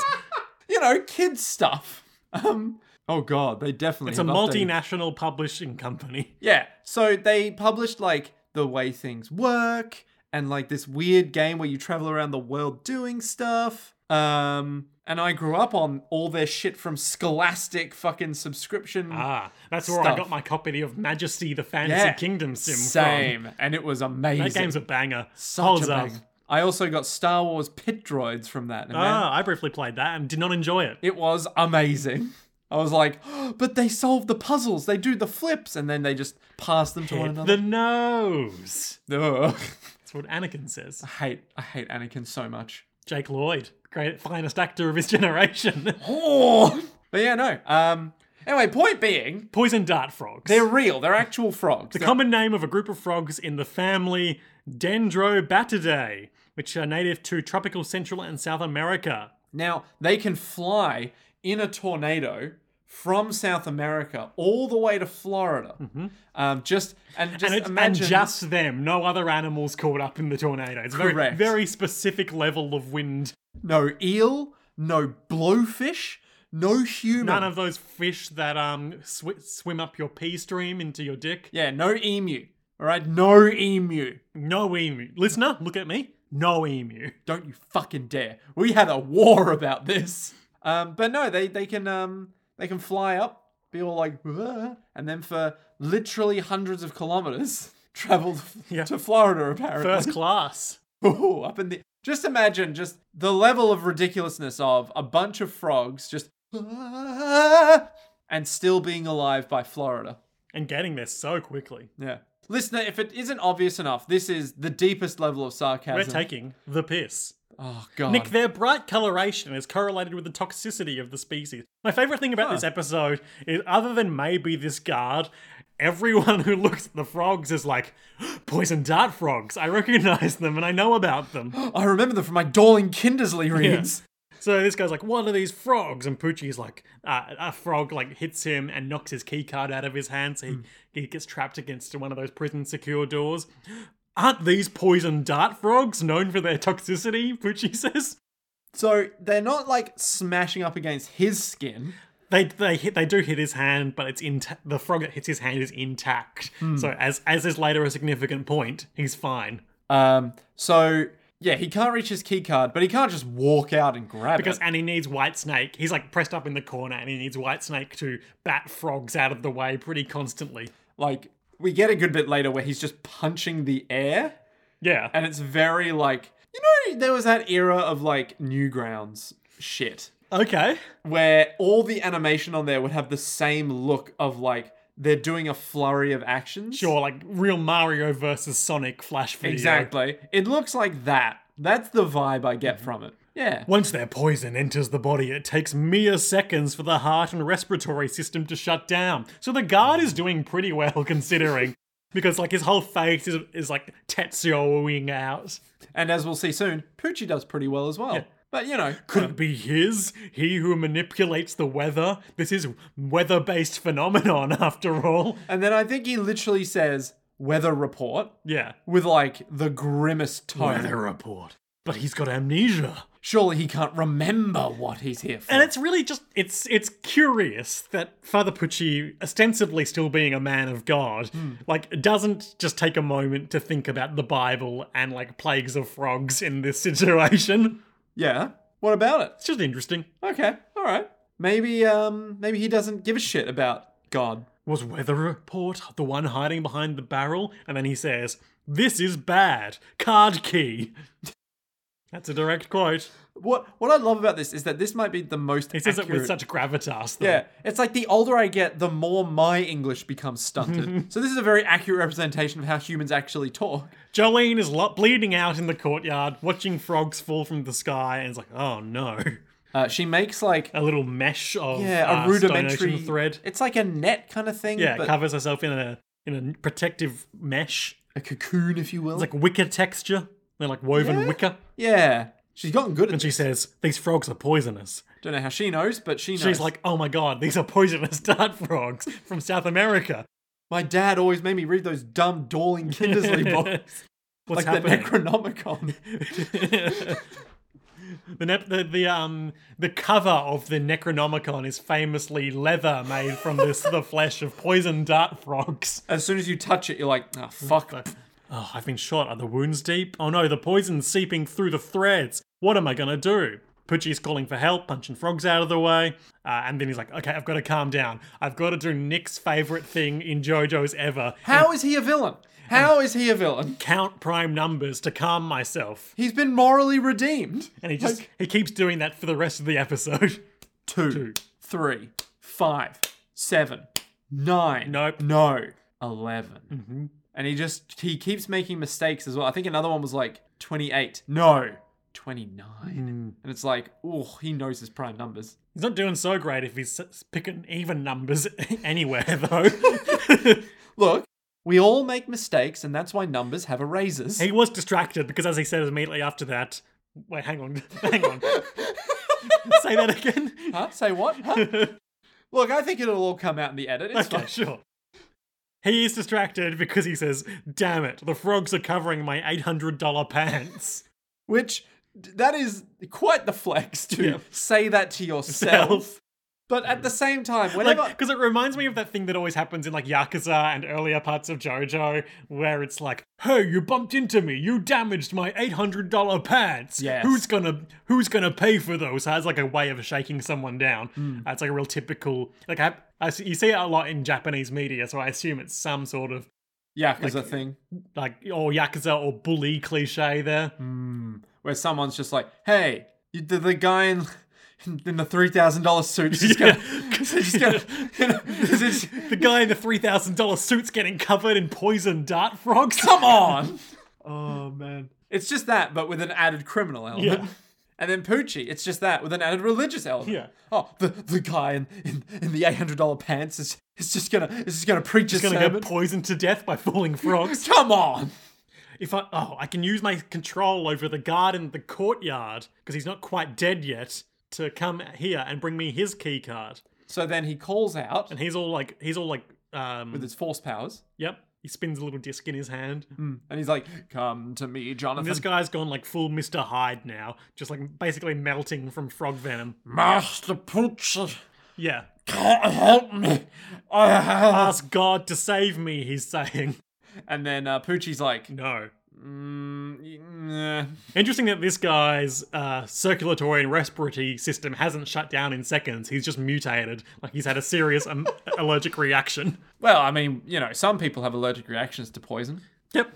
you know, kids stuff. Um oh god, they definitely
it's a
have updated-
multinational publishing company.
Yeah. So they published like the way things work and like this weird game where you travel around the world doing stuff. Um and I grew up on all their shit from Scholastic fucking subscription.
Ah, that's where I
Stuff.
got my copy of Majesty the Fantasy
Yeah.
Kingdom sim from.
Same. And it was amazing.
That game's a banger.
Such a
Holds up.
banger. I also got Star Wars Pit Droids from that. And man,
Ah, I briefly played that and did not enjoy it.
it was amazing. I was like, but they solve the puzzles, they do the flips, and then they just pass them to one
Hit
another.
the nose.
Ugh.
That's what Anakin says.
I hate I hate Anakin so much.
Jake Lloyd, great finest actor of his generation.
Oh. But yeah, no. Um. Anyway, point being,
Poison dart frogs.
they're real. They're actual frogs.
The common name of a group of frogs in the family Dendrobatidae, which are native to tropical Central and South America.
now they can fly in a tornado from South America all the way to Florida. Um. Just and just
Mm-hmm. And, it's, and
imagine.
just them, no other animals caught up in the tornado. It's a very,
Correct.
very specific level of wind.
no eel. No blowfish. No human.
None of those fish that um sw- swim up your pee stream into your dick.
yeah. No emu. All right. No emu.
No emu. Listener, look at me. No emu.
Don't you fucking dare. We had a war about this. Um, but no, they they can um they can fly up, be all like, "Wah," and then for literally hundreds of kilometers, travel
Yeah.
to Florida apparently.
First class.
Ooh, up in the just imagine just the level of ridiculousness of a bunch of frogs just "Wah," and still being alive by Florida.
And getting there so quickly.
Yeah. Listener, if it isn't obvious enough, this is the deepest level of sarcasm.
We're taking the piss.
oh god.
Nick, their bright coloration is correlated with the toxicity of the species. My favorite thing about this episode is, other than maybe this guard, everyone who looks at the frogs is like, poison dart frogs. I recognize them and I know about them.
I remember them from my Dorling Kindersley reads.
So this guy's like, what are these frogs? And Poochie's like, uh, a frog like hits him and knocks his key card out of his hand, so he, he gets trapped against one of those prison secure doors. Aren't these poison dart frogs known for their toxicity? Poochie says.
So they're not like smashing up against his skin.
They they hit, they do hit his hand, but it's in the frog that hits his hand is intact. So as as is later a significant point, he's fine
Um, so yeah, he can't reach his keycard, but he can't just walk out and grab
because
it.
and he needs White Snake. He's like pressed up in the corner, and he needs White Snake to bat frogs out of the way pretty constantly.
Like we get a good bit later where he's just punching the air,
Yeah,
and it's very like you know there was that era of like Newgrounds shit
okay.
where all the animation on there would have the same look of like they're doing a flurry of actions.
Sure, like real Mario versus Sonic flash video.
Exactly. It looks like that. That's the vibe I
Mm-hmm.
get from it. Yeah.
Once their poison enters the body, it takes mere seconds for the heart and respiratory system to shut down. So the guard is doing pretty well considering. Because like his whole face is, is like Tetsuoing out.
And as we'll see soon, Poochie does pretty well as well. But you know, um,
Could it be his? He who manipulates the weather? This is weather-based phenomenon after all.
and then I think he literally says weather report
Yeah.
with like the grimmest tone.
Weather report. But he's got amnesia.
Surely he can't remember what he's here for.
And it's really just it's it's curious that Father Pucci, ostensibly still being a man of God,
Hmm.
like doesn't just take a moment to think about the Bible and like plagues of frogs in this situation.
yeah. What about it?
It's just interesting.
Okay. All right. Maybe um maybe he doesn't give a shit about God.
Was Weather Report the one hiding behind the barrel? And then he says, "This is bad. Card key." That's a direct quote.
What what I love about this is that this might be the most
He says it
accurate-
with such gravitas. Though.
Yeah, it's like the older I get, the more my English becomes stunted. so this is a very accurate representation of how humans actually talk.
Jolene is lo- bleeding out in the courtyard, watching frogs fall from the sky, and is like, "Oh no."
Uh, she makes like
a little mesh of
yeah,
uh,
a rudimentary
Stone Ocean thread.
It's like a net kind of thing.
Yeah,
but
covers herself in a in a protective mesh.
a cocoon, if you will.
It's like wicker texture. They're like woven
Yeah?
wicker.
yeah, she's gotten good.
And
At
she says, These frogs are poisonous.
Don't know how she knows, but she knows.
She's like, Oh my god, these are poisonous dart frogs from South America.
my dad always made me read those dumb Dawling Kindersley books,
What's
like
happening?
the Necronomicon.
The, nep- the the um the cover of the Necronomicon is famously leather made from this the flesh of poison dart frogs.
as soon as you touch it, you're like, ah, fuck.
Oh, I've been shot. Are the wounds deep? Oh no, the poison's seeping through the threads. What am I gonna do? Poochie's calling for help, punching frogs out of the way. Uh, and then he's like, okay, I've gotta calm down. I've gotta do Nick's favorite thing in JoJo's ever
How is he a villain? How is he a villain?
count prime numbers to calm myself.
He's been morally redeemed.
And he just, he keeps doing that for the rest of the episode.
Two, three, five, seven, nine.
Nope. Mm-hmm.
No. 11 And he just he keeps making mistakes as well. I think another one was like twenty-eight. No, twenty-nine.
Mm.
And it's like, oh, he knows his prime numbers.
He's not doing so great if he's s- picking even numbers anywhere, though.
Look, we all make mistakes, and that's why numbers have erasers.
he was distracted because, as he said immediately after that, wait, hang on, hang on. Say that again.
Huh? Say what? Huh? Look, I think it'll all come out in the edit. It's
Okay,
fine.
sure. He is distracted because he says, Damn it, the frogs are covering my $800 pants.
Which that is quite the flex to
Yeah.
say that to yourself. But at the same time,
Because
whenever
it reminds me of that thing that always happens in like Yakuza and earlier parts of JoJo, where it's like, "Hey, you bumped into me. You damaged my eight hundred dollar pants.
Yes.
Who's gonna Who's gonna pay for those?" Has like a way of shaking someone down.
Hmm.
Uh, it's like a real typical like I, I see- you see it a lot in Japanese media, so I assume it's some sort of
yeah, because a thing
like or yakuza or bully cliche there.
where someone's just like, "Hey, you, the, the guy in in the three thousand dollar suit is just gonna, just gonna you know, is just,
The guy in the three thousand dollar suit's getting covered in poison dart frogs.
come on." oh man, it's just that, but with an added criminal element.
Yeah.
And then Poochie, it's just that with an added religious element.
Yeah.
Oh, the, the guy in, in, in the eight hundred dollar pants is, is just gonna is just gonna preach a
He's gonna
sermon.
get poisoned to death by falling frogs.
Come on.
If I oh, I can use my control over the guard in the courtyard because he's not quite dead yet to come here and bring me his key card.
So then he calls out
And he's all like, he's all like, um,
with his force powers.
yep. He spins a little disc in his hand.
Mm. And he's like, "Come to me, Jonathan."
And this guy's gone like full Mr. Hyde now, just like basically melting from frog venom.
Master Pooch
Yeah.
can't help me.
Ask God to save me, he's saying.
and then uh, Poochie's like,
No.
mm, y- nah.
Interesting that this guy's uh, circulatory and respiratory system hasn't shut down in seconds. He's just mutated. Like he's had a serious um, allergic reaction.
"Well, I mean, you know, some people have allergic reactions to poison.
Yep.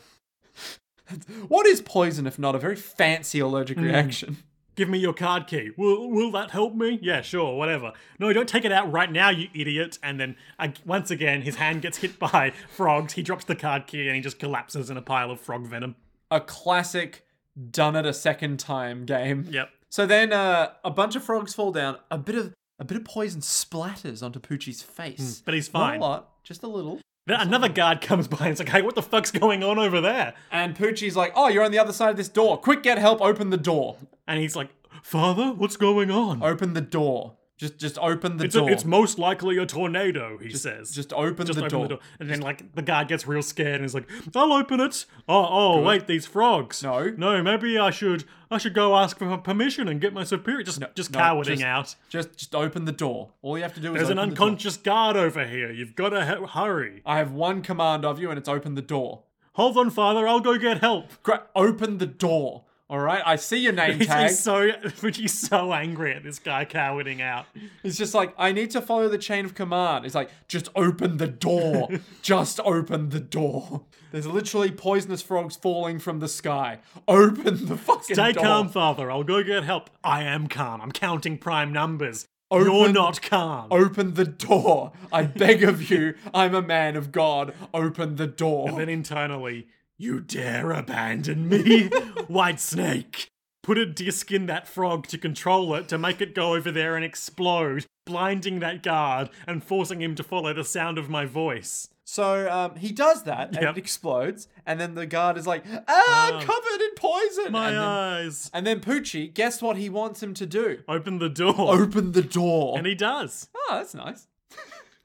What is poison if not a very fancy allergic reaction?"
Give me your card key. Will will that help me? Yeah, sure, whatever. No, don't take it out right now, you idiot. And then uh, once again, his hand gets hit by frogs. He drops the card key and he just collapses in a pile of frog venom.
A classic done it a second time game.
Yep.
So then uh, a bunch of frogs fall down. A bit of a bit of poison splatters onto Poochie's face.
But he's
Not
fine.
a lot, just a little.
Then another guard comes by and is like, "Hey, what the fuck's going on over there?"
And Poochie's like, "Oh, you're on the other side of this door. Quick, get help. Open the door.
And he's like, "Father, what's going on?"
Open the door. Just just open the
It's, a-
door.
it's most likely a tornado, he says.
just open,
Just
the,
open
door.
the door. And then, like, the guard gets real scared and is like, I'll open it. Oh, oh, wait, these frogs.
No.
No, maybe I should I should go ask for permission and get my superior. Just, just
no,
cowarding
just-
out.
Just just open the door. All you have to do is
There's an
open the door.
unconscious guard over here. You've got to hu- hurry.
I have one command of you, and it's open the door.
Hold on, father. I'll go get help.
Gra- open the door. All right. I see your name
He's,
tag.
he's so, he's so angry at this guy cowarding out.
It's just like, I need to follow the chain of command. It's like, just open the door. just open the door. There's literally poisonous frogs falling from the sky. Open the fucking
Stay
door.
calm, father. I'll go get help. I am calm. I'm counting prime numbers. You're
Open-
not calm.
Open the door. I beg of you. I'm a man of God. Open the
And
door.
then internally, you dare abandon me, White Snake. Put a disc in that frog to control it to make it go over there and explode, blinding that guard and forcing him to follow the sound of my voice.
So um, he does that and
Yep.
it explodes. And then the guard is like, ah, uh,
Ah.
covered in poison.
My
and, then,
eyes.
and then Poochie, guess what he wants him to do?
Open the door.
Open the door.
And he does.
oh, that's nice.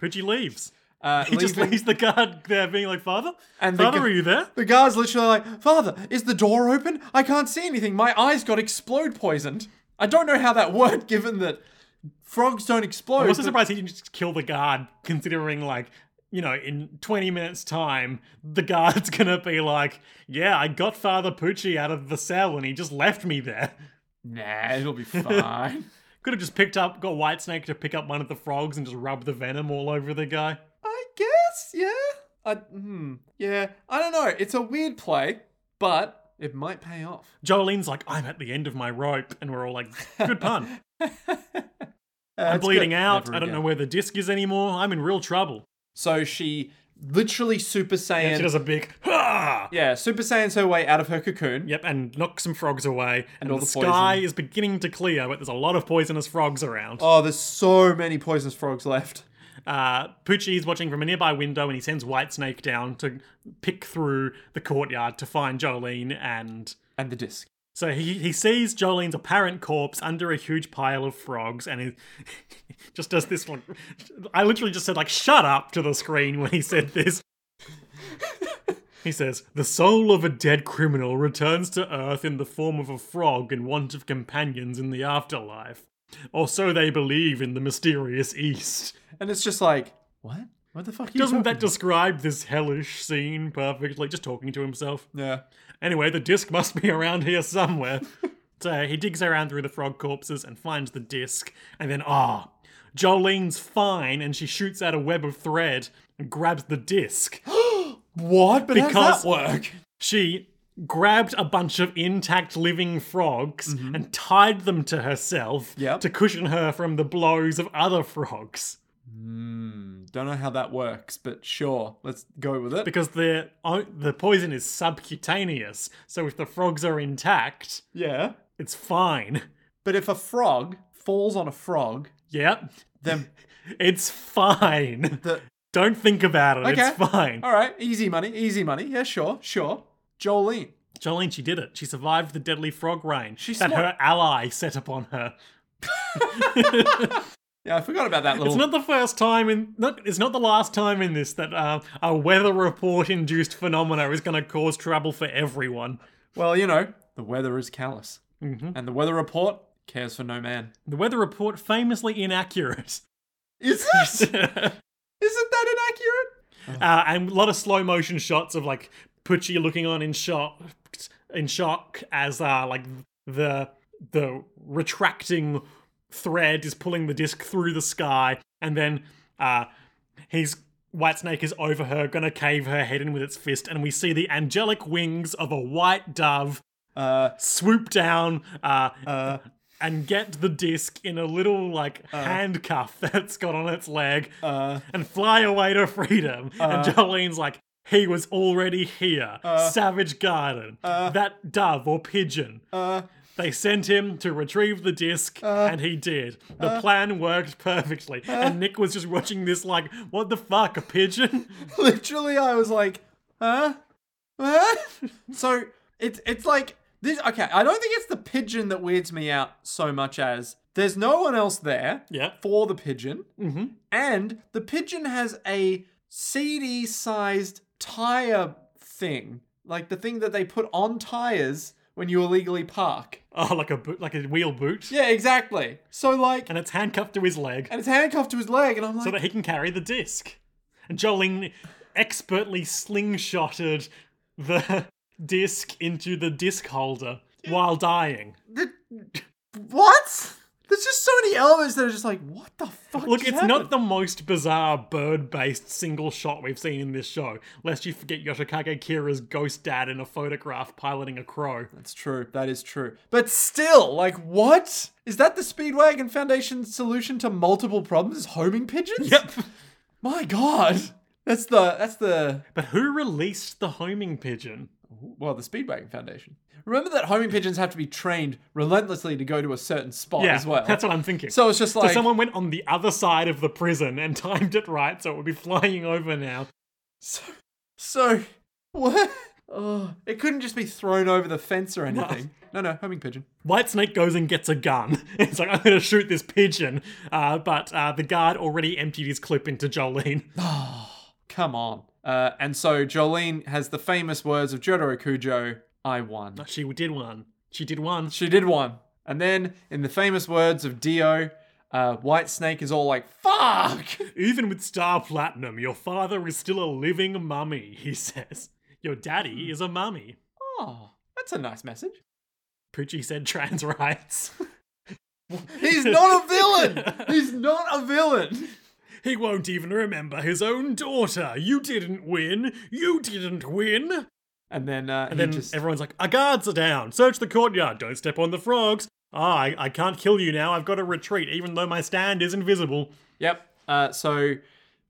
Poochie leaves.
Uh,
He just
leaving-
leaves the guard there being like, Father?
And the
Father,
gu-
are you there?
The guard's literally like, Father, is the door open? I can't see anything. My eyes got explode poisoned. I don't know how that worked, given that frogs don't explode.
I'm also
but-
surprised he didn't just kill the guard, considering like, you know, in 20 minutes' time, the guard's gonna be like, yeah, I got Father Pucci out of the cell and he just left me there.
nah, it'll be fine.
Could have just picked up, got Whitesnake to pick up one of the frogs and just rub the venom all over the guy.
I guess, yeah. I, hmm, yeah. I don't know. It's a weird play, but it might pay off.
Jolene's like, I'm at the end of my rope. And we're all like, good pun.
Uh,
I'm
it's
bleeding
good.
out.
Never
I don't
again.
know where the disc is anymore. I'm in real trouble.
So she literally Super Saiyan.
And she does a big, ha!
yeah, Super Saiyan's her way out of her cocoon.
Yep, and knock some frogs away. And,
all
the,
the
sky
poison.
is beginning to clear, but there's a lot of poisonous frogs around.
Oh, there's so many poisonous frogs left.
Uh, Poochie is watching from a nearby window and he sends Whitesnake down to pick through the courtyard to find Jolene. And
And the disc.
so he, he sees Jolene's apparent corpse under a huge pile of frogs and he just does this one. I literally just said, like, shut up to the screen when he said this. He says, The soul of a dead criminal returns to Earth in the form of a frog in want of companions in the afterlife. Or so they believe in the mysterious East.
And it's just like, what? What the fuck? Are you
Doesn't
talking
that describe this hellish scene perfectly? Just talking to himself.
about?
Anyway, the disc must be around here somewhere. so he digs around through the frog corpses and finds the disc, and then ah, Jolene's fine, and she shoots out a web of thread and grabs the disc.
Yeah. What? But
Because-
how does that work?
She grabbed a bunch of intact living frogs and tied them to herself
Mm-hmm. Yep.
to cushion her from the blows of other frogs.
Hmm. Don't know how that works, but sure, let's go with it.
because the oh, the poison is subcutaneous. So if the frogs are intact,
yeah.
it's fine.
But if a frog falls on a frog,
Yep,
then
it's fine.
the
Don't think about it.
Okay.
It's fine.
all right, easy money, easy money. Yeah, sure, sure. Jolene.
Jolene, she did it. She survived the deadly frog rain
She's
that
smart.
her ally set upon her.
Yeah, I forgot about that little.
It's not the first time in not it's not the last time in this that uh, a weather report induced phenomena is going to cause trouble for everyone. Mm-hmm.
well, you know, the weather is callous, and the weather report cares for no man.
The weather report famously inaccurate.
Is it? Isn't that inaccurate?
Uh, and a lot of slow motion shots of like Pucci looking on in shock, in shock as uh, like the the retracting thread is pulling the disc through the sky, and then uh, he's White Snake is over her, gonna cave her head in with its fist, and we see the angelic wings of a white dove
Uh,
swoop down uh,
uh,
and get the disc in a little like handcuff that's got on its leg
uh,
and fly away to freedom. and Jolene's like, he was already here. Savage Garden. that dove or pigeon.
uh.
they sent him to retrieve the disc, and he did.
Uh.
The plan worked perfectly. and Nick was just watching this, like, what the fuck, a pigeon?
Literally, I was like, huh? What? so it's it's like this. Okay, I don't think it's the pigeon that weirds me out so much as there's no one else there
yeah.
for the pigeon,
Mm-hmm.
and the pigeon has a CD-sized tire thing, like the thing that they put on tires when you illegally park.
Oh, like a boot, like a wheel boot.
Yeah, exactly. So like,
And it's handcuffed to his leg
and it's handcuffed to his leg, and I'm
so
like,
that he can carry the disc. And Jolene expertly slingshotted the disc into the disc holder while dying.
the, what? There's just so many elements that are just like, what the fuck?
Look,
just
it's
happened?
not the most bizarre bird based single shot we've seen in this show, lest you forget Yoshikage Kira's ghost dad in a photograph piloting a crow.
That's true. That is true. But still, like, what is that? The Speedwagon Foundation's solution to multiple problems is homing pigeons. My God, that's the that's the
But who released the homing pigeon?
well the Speedwagon Foundation. Remember that homing pigeons have to be trained relentlessly to go to a certain spot
Yeah,
as well.
that's what I'm thinking.
so it's just
So
like
someone went on the other side of the prison and timed it right, so it would be flying over now.
so, so what? Oh, it couldn't just be thrown over the fence or anything. No, no, homing pigeon.
White Snake goes and gets a gun. It's like, I'm going to shoot this pigeon. Uh, but uh, the guard already emptied his clip into Jolene.
Come on. Uh, and so Jolene has the famous words of Jotaro Kujo, "I won."
She did one. She did one.
She did one. And then, in the famous words of Dio, uh, White Snake is all like, fuck!
Even with Star Platinum, your father is still a living mummy, he says. Your daddy is a mummy.
Oh, that's a nice message.
Poochie said trans rights.
He's not a villain! He's not a villain!
he won't even remember his own daughter. You didn't win. You didn't win.
And then, uh,
And then
he just,
everyone's like, our guards are down. Search the courtyard. Don't step on the frogs. Ah, I, I can't kill you now. I've got to retreat, even though my stand is invisible.
yep. Uh, so,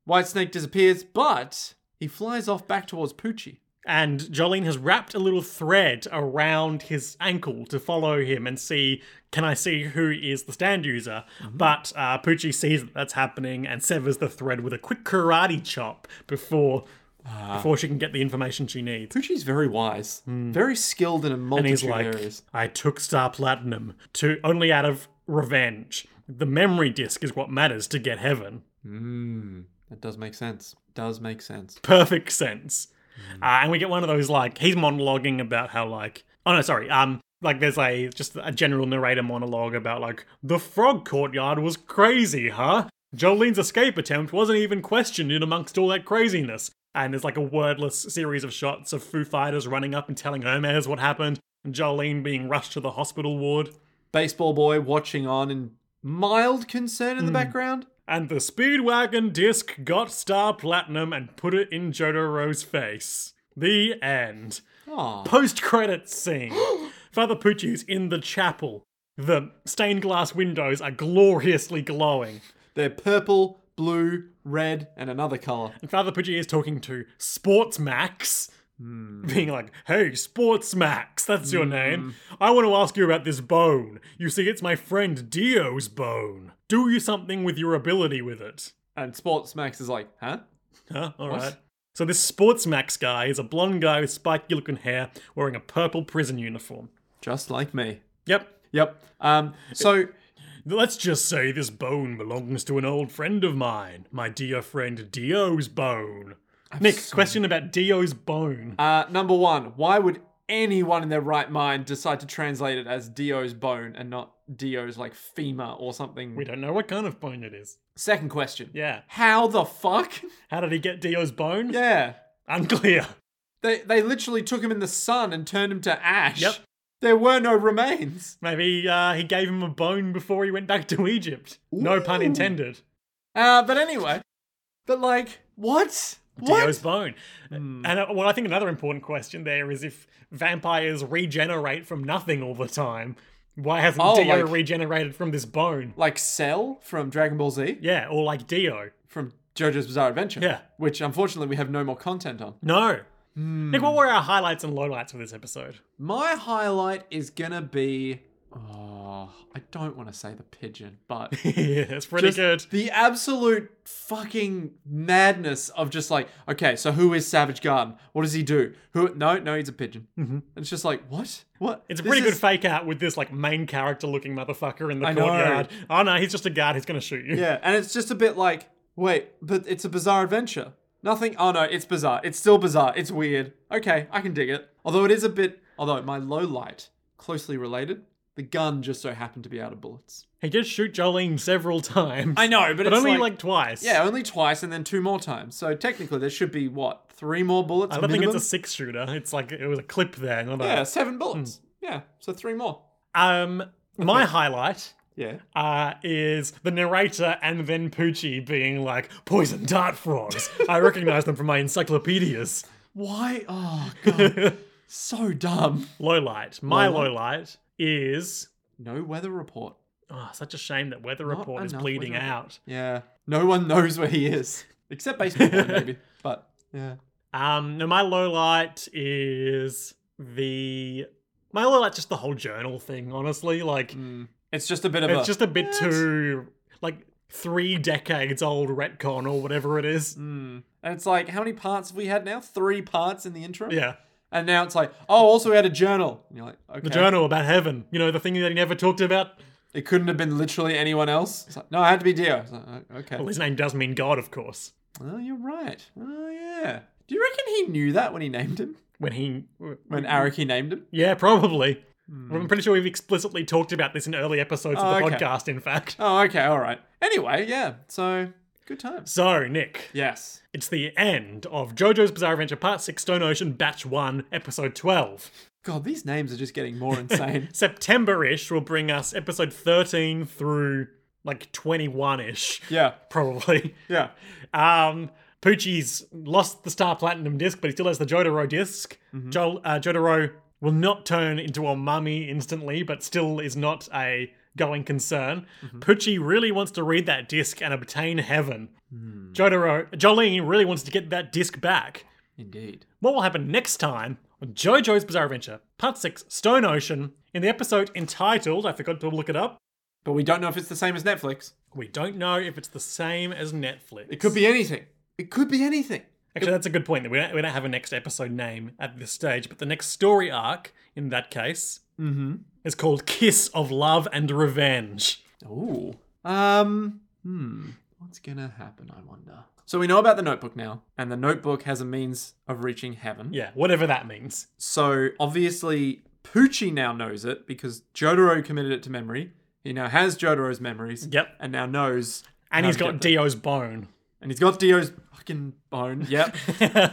White Snake disappears, but he flies off back towards Poochie.
And Jolene has wrapped a little thread around his ankle to follow him and see, can I see who is the stand user? But uh, Poochie sees that that's happening and severs the thread with a quick karate chop before before she can get the information she needs.
Poochie's very wise, very skilled in a
Hmm. And
multitude
he's like,
of areas.
I took Star Platinum to only out of revenge. The memory disk is what matters to get heaven.
Mm, that does make sense. Does make sense.
perfect sense. Uh, and we get one of those like he's monologuing about how like oh no sorry um like there's a just a general narrator monologue about like the frog courtyard was crazy huh Jolene's escape attempt wasn't even questioned in amongst all that craziness and there's like a wordless series of shots of Foo Fighters running up and telling Hermes what happened and Jolene being rushed to the hospital ward
Baseball boy watching on in mild concern
Hmm.
in the background.
and the Speedwagon disc got star platinum and put it in Jotaro's face the end
Aw.
post credits scene. Father Pucci's in the chapel. The stained glass windows are gloriously glowing.
They're purple, blue, red, and another color.
And Father Pucci is talking to Sports Max, being like, Hey, Sports Max, that's your name. I want to ask you about this bone. You see, it's my friend Dio's bone. Do you something with your ability with it?
And Sports Max is like, huh?
Huh? All right. So this Sports Max guy is a blonde guy with spiky looking hair wearing a purple prison uniform.
Just like me.
Yep.
Yep. Um. So
Let's just say this bone belongs to an old friend of mine, my dear friend Dio's bone. Nick, question about Dio's bone.
Uh, number one, why would anyone in their right mind decide to translate it as Dio's bone and not Dio's like femur or something?
we don't know what kind of bone it is.
Second question.
Yeah.
How the fuck?
How did he get Dio's bone?
yeah.
Unclear.
They they literally took him in the sun and turned him to ash.
Yep.
There were no remains.
Maybe uh, he gave him a bone before he went back to Egypt. No pun
Ooh.
intended.
Uh, but anyway. But like, what? What? Hmm.
Dio's bone. And uh, well, I think another important question there is if vampires regenerate from nothing all the time, why hasn't
Oh,
Dio
like-
regenerated from this bone?
like Cell from Dragon Ball Z
Yeah, or like Dio.
from JoJo's Bizarre Adventure.
Yeah.
Which unfortunately we have no more content on.
No.
Hmm.
Nick, what were our highlights and lowlights for this episode?
My highlight is gonna be oh, I don't want to say the pigeon, but
yeah, it's pretty
just
good.
The absolute fucking madness of just like, okay, so who is Savage Garden? What does he do? Who? No, no, he's a pigeon. Mm-hmm. It's just like, what? What?
It's a
This
pretty good
is-
fake out with this like main character looking motherfucker in the
I know.
courtyard. Oh no, he's just a guard who's gonna shoot you.
yeah, and it's just a bit like, wait, but it's a bizarre adventure. Nothing. Oh no, it's bizarre. It's still bizarre. It's weird. Okay, I can dig it. Although it is a bit. Although my low light, closely related, the gun just so happened to be out of bullets.
He did shoot Jolene several times.
I know, but,
but
it's
only like, twice.
yeah, only twice, and then two more times. So technically, there should be what three more bullets.
I don't
minimum?
think it's a Hmm. six shooter. It's like it was a clip there, not
Yeah,
a
seven bullets. Yeah, so three more.
um my highlight
Yeah.
uh, is the narrator and then Poochie being like, poison dart frogs. I recognize them from my encyclopedias.
Why? Oh god, so dumb.
Low light. My
Low
low light is
No weather report.
Oh, such a shame that weather report is
enough
bleeding
weather.
out.
Yeah, no one knows where he is except baseball boy, maybe. But yeah,
Um, no, my low light is the my low light's just the whole journal thing. Honestly, like
Hmm. it's just a bit of a.
it's just a bit
What?
too like three decades old retcon or whatever it is.
Mm. And it's like, how many parts have we had now? Three parts in the intro.
Yeah,
And now it's like, oh, also we had a journal. And you're like, okay.
the journal about heaven. You know, the thing that he never talked about.
It couldn't have been literally anyone else. It's like, no, it had to be Dio. It's like, o- okay.
Well, his name does mean God, of course.
Oh, you're right. Oh yeah. Do you reckon he knew that when he named him?
When he,
When Araki named him?
yeah, probably. I'm pretty sure we've explicitly talked about this in early episodes
Oh,
of the
Hmm. okay.
podcast. In fact,
Oh, okay, all right. Anyway, yeah. So good times.
so Nick,
Yes.
It's the end of JoJo's Bizarre Adventure Part 6 Stone Ocean Batch 1, Episode 12.
God, these names are just getting more insane.
September ish will bring us Episode 13 through like 21 ish,
yeah.
probably.
Yeah.
Um, Poochie's lost the Star Platinum disc, but he still has the Jotaro disk
Mm-hmm.
Jol- uh, Jotaro will not turn into a mummy instantly, but still is not a going concern.
Mm-hmm.
Poochie really wants to read that disc and obtain heaven.
Hmm.
Jotaro, Jolene really wants to get that disc back.
Indeed.
What will happen next time on JoJo's Bizarre Adventure, Part 6, Stone Ocean, in the episode entitled, I forgot to look it up,
But we don't know if it's the same as Netflix.
we don't know if it's the same as Netflix.
It could be anything. It could be anything.
Actually, that's a good point. that We don't, we don't have a next episode name at this stage, but the next story arc, in that case,
Mm-hmm.
is called Kiss of Love and Revenge.
Ooh. Um. Hmm. What's gonna happen? I wonder. So we know about the notebook now, and the notebook has a means of reaching heaven.
Yeah, whatever that means.
So obviously, Poochie now knows it because Jotaro committed it to memory. He now has Jotaro's memories.
Yep.
And now knows.
And
how
he's
to get
got
them.
Dio's bone.
And he's got Dio's fucking bone. Yep.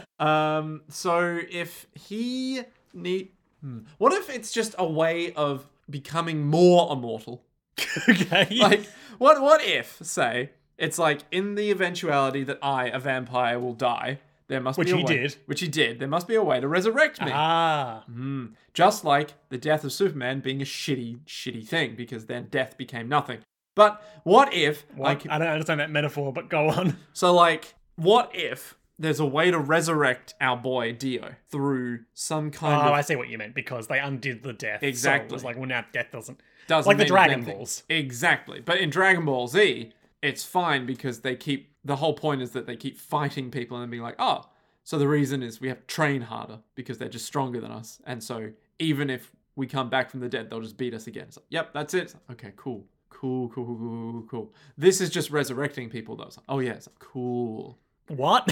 um. So if he need, hmm. what if it's just a way of becoming more immortal?
okay.
Like, what? What if say it's like in the eventuality that I, a vampire, will die. There must
Which
be a
he
way,
did.
Which he did. There must be a way to resurrect me.
ah.
Mm. Just like the death of Superman being a shitty, shitty thing, because then death became nothing. But what if, like,
I don't understand that metaphor, but go on.
so, like, what if there's a way to resurrect our boy Dio through some kind
Oh,
of
I see what you meant because they undid the death. so it
Exactly.
was like, well, now death doesn't.
doesn't
like the
mean
Dragon
anything.
Balls.
Exactly, but in Dragon Ball Z, it's fine because they keep the whole point is that they keep fighting people and then being like, oh, so the reason is we have to train harder because they're just stronger than us, and so even if we come back from the dead, they'll just beat us again. It's like, yep, that's it. It's like, okay, cool, Cool, cool, cool, cool, cool, cool. This is just resurrecting people, though. It's like, oh, yeah, it's like, cool.
What?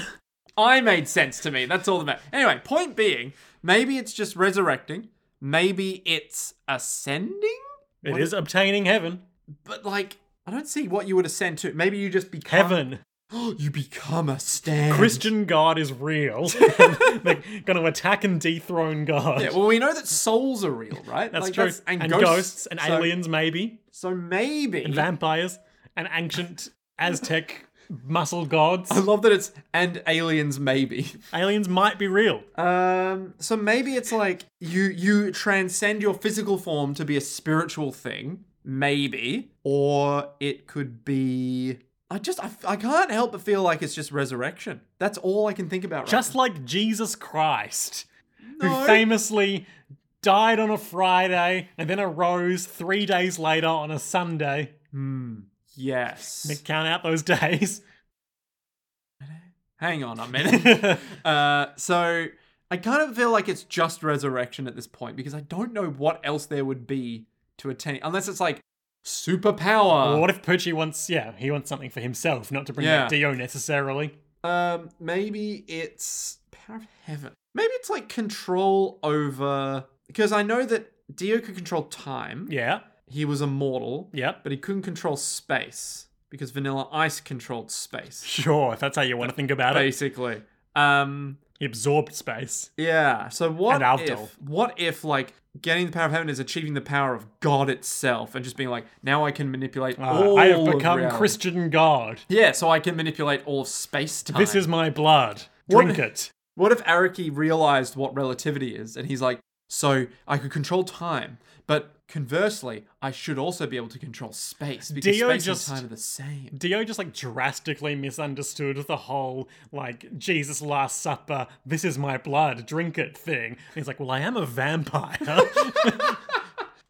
I made sense to me. That's all that matters. Anyway, point being, maybe it's just resurrecting. Maybe it's ascending?
It is obtaining heaven.
But, like, I don't see what you would ascend to. Maybe you just become.
Heaven.
you become a stand.
Christian God is real. They're going to attack and dethrone God.
Yeah, well, we know that souls are real, right?
that's
Like,
true.
and,
and
ghosts.
and
So-
aliens, maybe.
So maybe.
And vampires. And ancient Aztec muscle gods.
I love that it's and aliens maybe.
aliens might be real.
Um, so maybe it's like you you transcend your physical form to be a spiritual thing, maybe, or it could be. I just I, I can't help but feel like it's just resurrection. That's all I can think about. Right
Just like Jesus Christ,
No.
who famously died on a Friday and then arose three days later on a Sunday.
now. Hmm. Yes.
Count out those days.
Hang on a minute. uh, so I kind of feel like it's just resurrection at this point because I don't know what else there would be to attain unless it's like superpower.
Well, what if Poochie wants, yeah, he wants something for himself, not to bring
Yeah.
back Dio necessarily?
Um, maybe it's power of heaven. Maybe it's like control over because I know that Dio could control time.
Yeah,
He was immortal,
yep.
but he couldn't control space because Vanilla Ice controlled space,
Sure, if that's how you want to think about it.
basically. Um,
He absorbed space.
yeah. So what
And Avdol.
if what if like getting the power of heaven is achieving the power of God itself and just being like now I can manipulate
Ah,
all
I have
of
become
reality.
Christian God.
Yeah, so I can manipulate all of space time.
This is my blood.
What-
Drink it.
What if Araki realized what relativity is and he's like, so I could control time, but conversely, I should also be able to control space because
Dio
space
just-
and time are the same.
Dio just like drastically misunderstood the whole like Jesus Last Supper, this is my blood, drink it thing. And he's like, well, I am a vampire.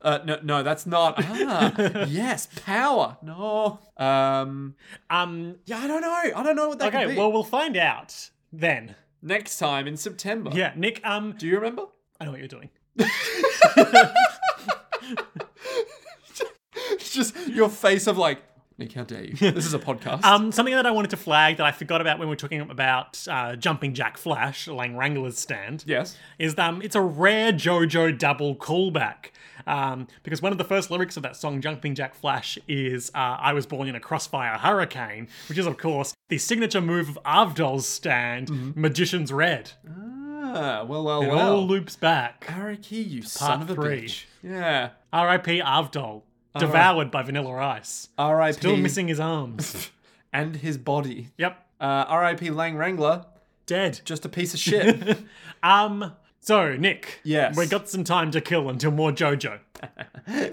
Uh, no, no, that's not. Ah, yes, power. No. Um.
um,
Yeah, I don't know. I don't know what that could
okay,
be.
well, we'll find out then.
next time in September.
Yeah, Nick, um,
Do you remember?
I know what you're doing.
It's just your face of like, Nick, how dare you? This is a podcast.
Um, something that I wanted to flag that I forgot about when we were talking about uh, Jumping Jack Flash, Lang Wrangler's stand.
yes.
is um, it's a rare JoJo double callback. Um, because one of the first lyrics of that song, Jumping Jack Flash, is uh, I was born in a crossfire hurricane, which is, of course, the signature move of Avdol's stand,
Mm-hmm.
Magician's Red.
Ah, well, well,
It
well.
all loops back.
Araki, you son of a
three.
bitch. Yeah.
R.I.P. Avdol, devoured by Vanilla Ice.
R.I.P.
Still missing his arms.
and his body.
yep,
Uh, R.I.P. Lang Wrangler,
dead.
just a piece of shit.
Um, so, Nick.
Yes.
We got some time to kill until more JoJo.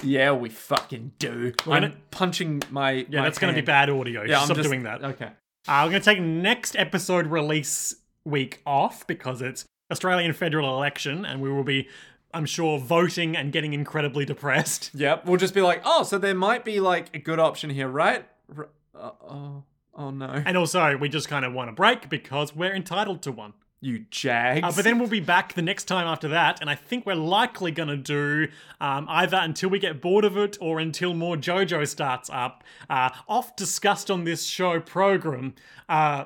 yeah, we fucking do. I'm
gonna-
punching my.
Yeah, that's going to be bad audio.
Yeah, I'm
Stop
just-
doing that.
Okay.
Uh, we're going to take next episode release week off because it's Australian federal election and we will be, I'm sure, voting and getting incredibly depressed.
Yep. We'll just be like, oh, so there might be like a good option here, right? R- uh, oh, oh no.
And also, we just kind of want a break because we're entitled to one.
You jags.
Uh, but then we'll be back the next time after that, and I think we're likely going to do um, either until we get bored of it or until more JoJo starts up. Uh, oft discussed on this show program. Uh,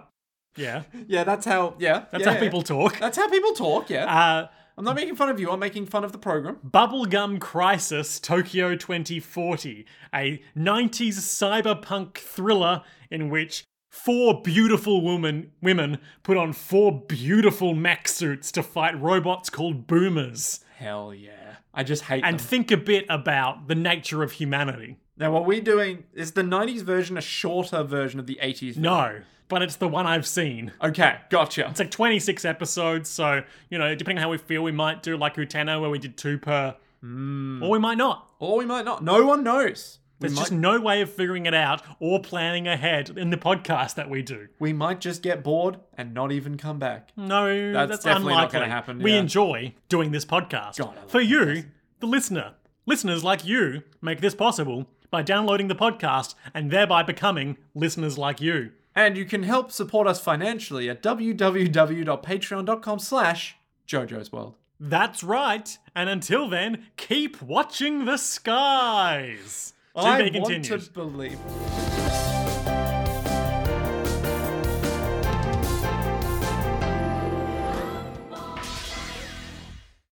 yeah,
yeah, that's how. Yeah,
that's
yeah,
how
yeah.
people talk.
That's how people talk. Yeah.
Uh,
I'm not making fun of you. I'm making fun of the program.
Bubblegum Crisis Tokyo 2040, a 90s cyberpunk thriller in which four beautiful woman, women put on four beautiful mech suits to fight robots called boomers
Hell yeah. I just hate
and
them.
think a bit about the nature of humanity.
Now, what we're doing is the 90s version a shorter version of the 80s. version.
No, but it's the one I've seen.
Okay, gotcha.
It's like 26 episodes, so, you know, depending on how we feel, we might do like Utano where we did two per, or we might not.
Or we might not. No one knows. We
There's
might,
just no way of figuring it out or planning ahead in the podcast that we do.
we might just get bored and not even come back.
No, that's,
That's definitely not
unlikely.
gonna happen,
We
yeah.
enjoy doing this podcast.
God, I love
For you, the listener, listeners like you make this possible by downloading the podcast and thereby becoming listeners like you.
And you can help support us financially at www.patreon.com slash Jojo's World.
That's right. And until then, keep watching the skies. To
I
be
want
continued.
to believe.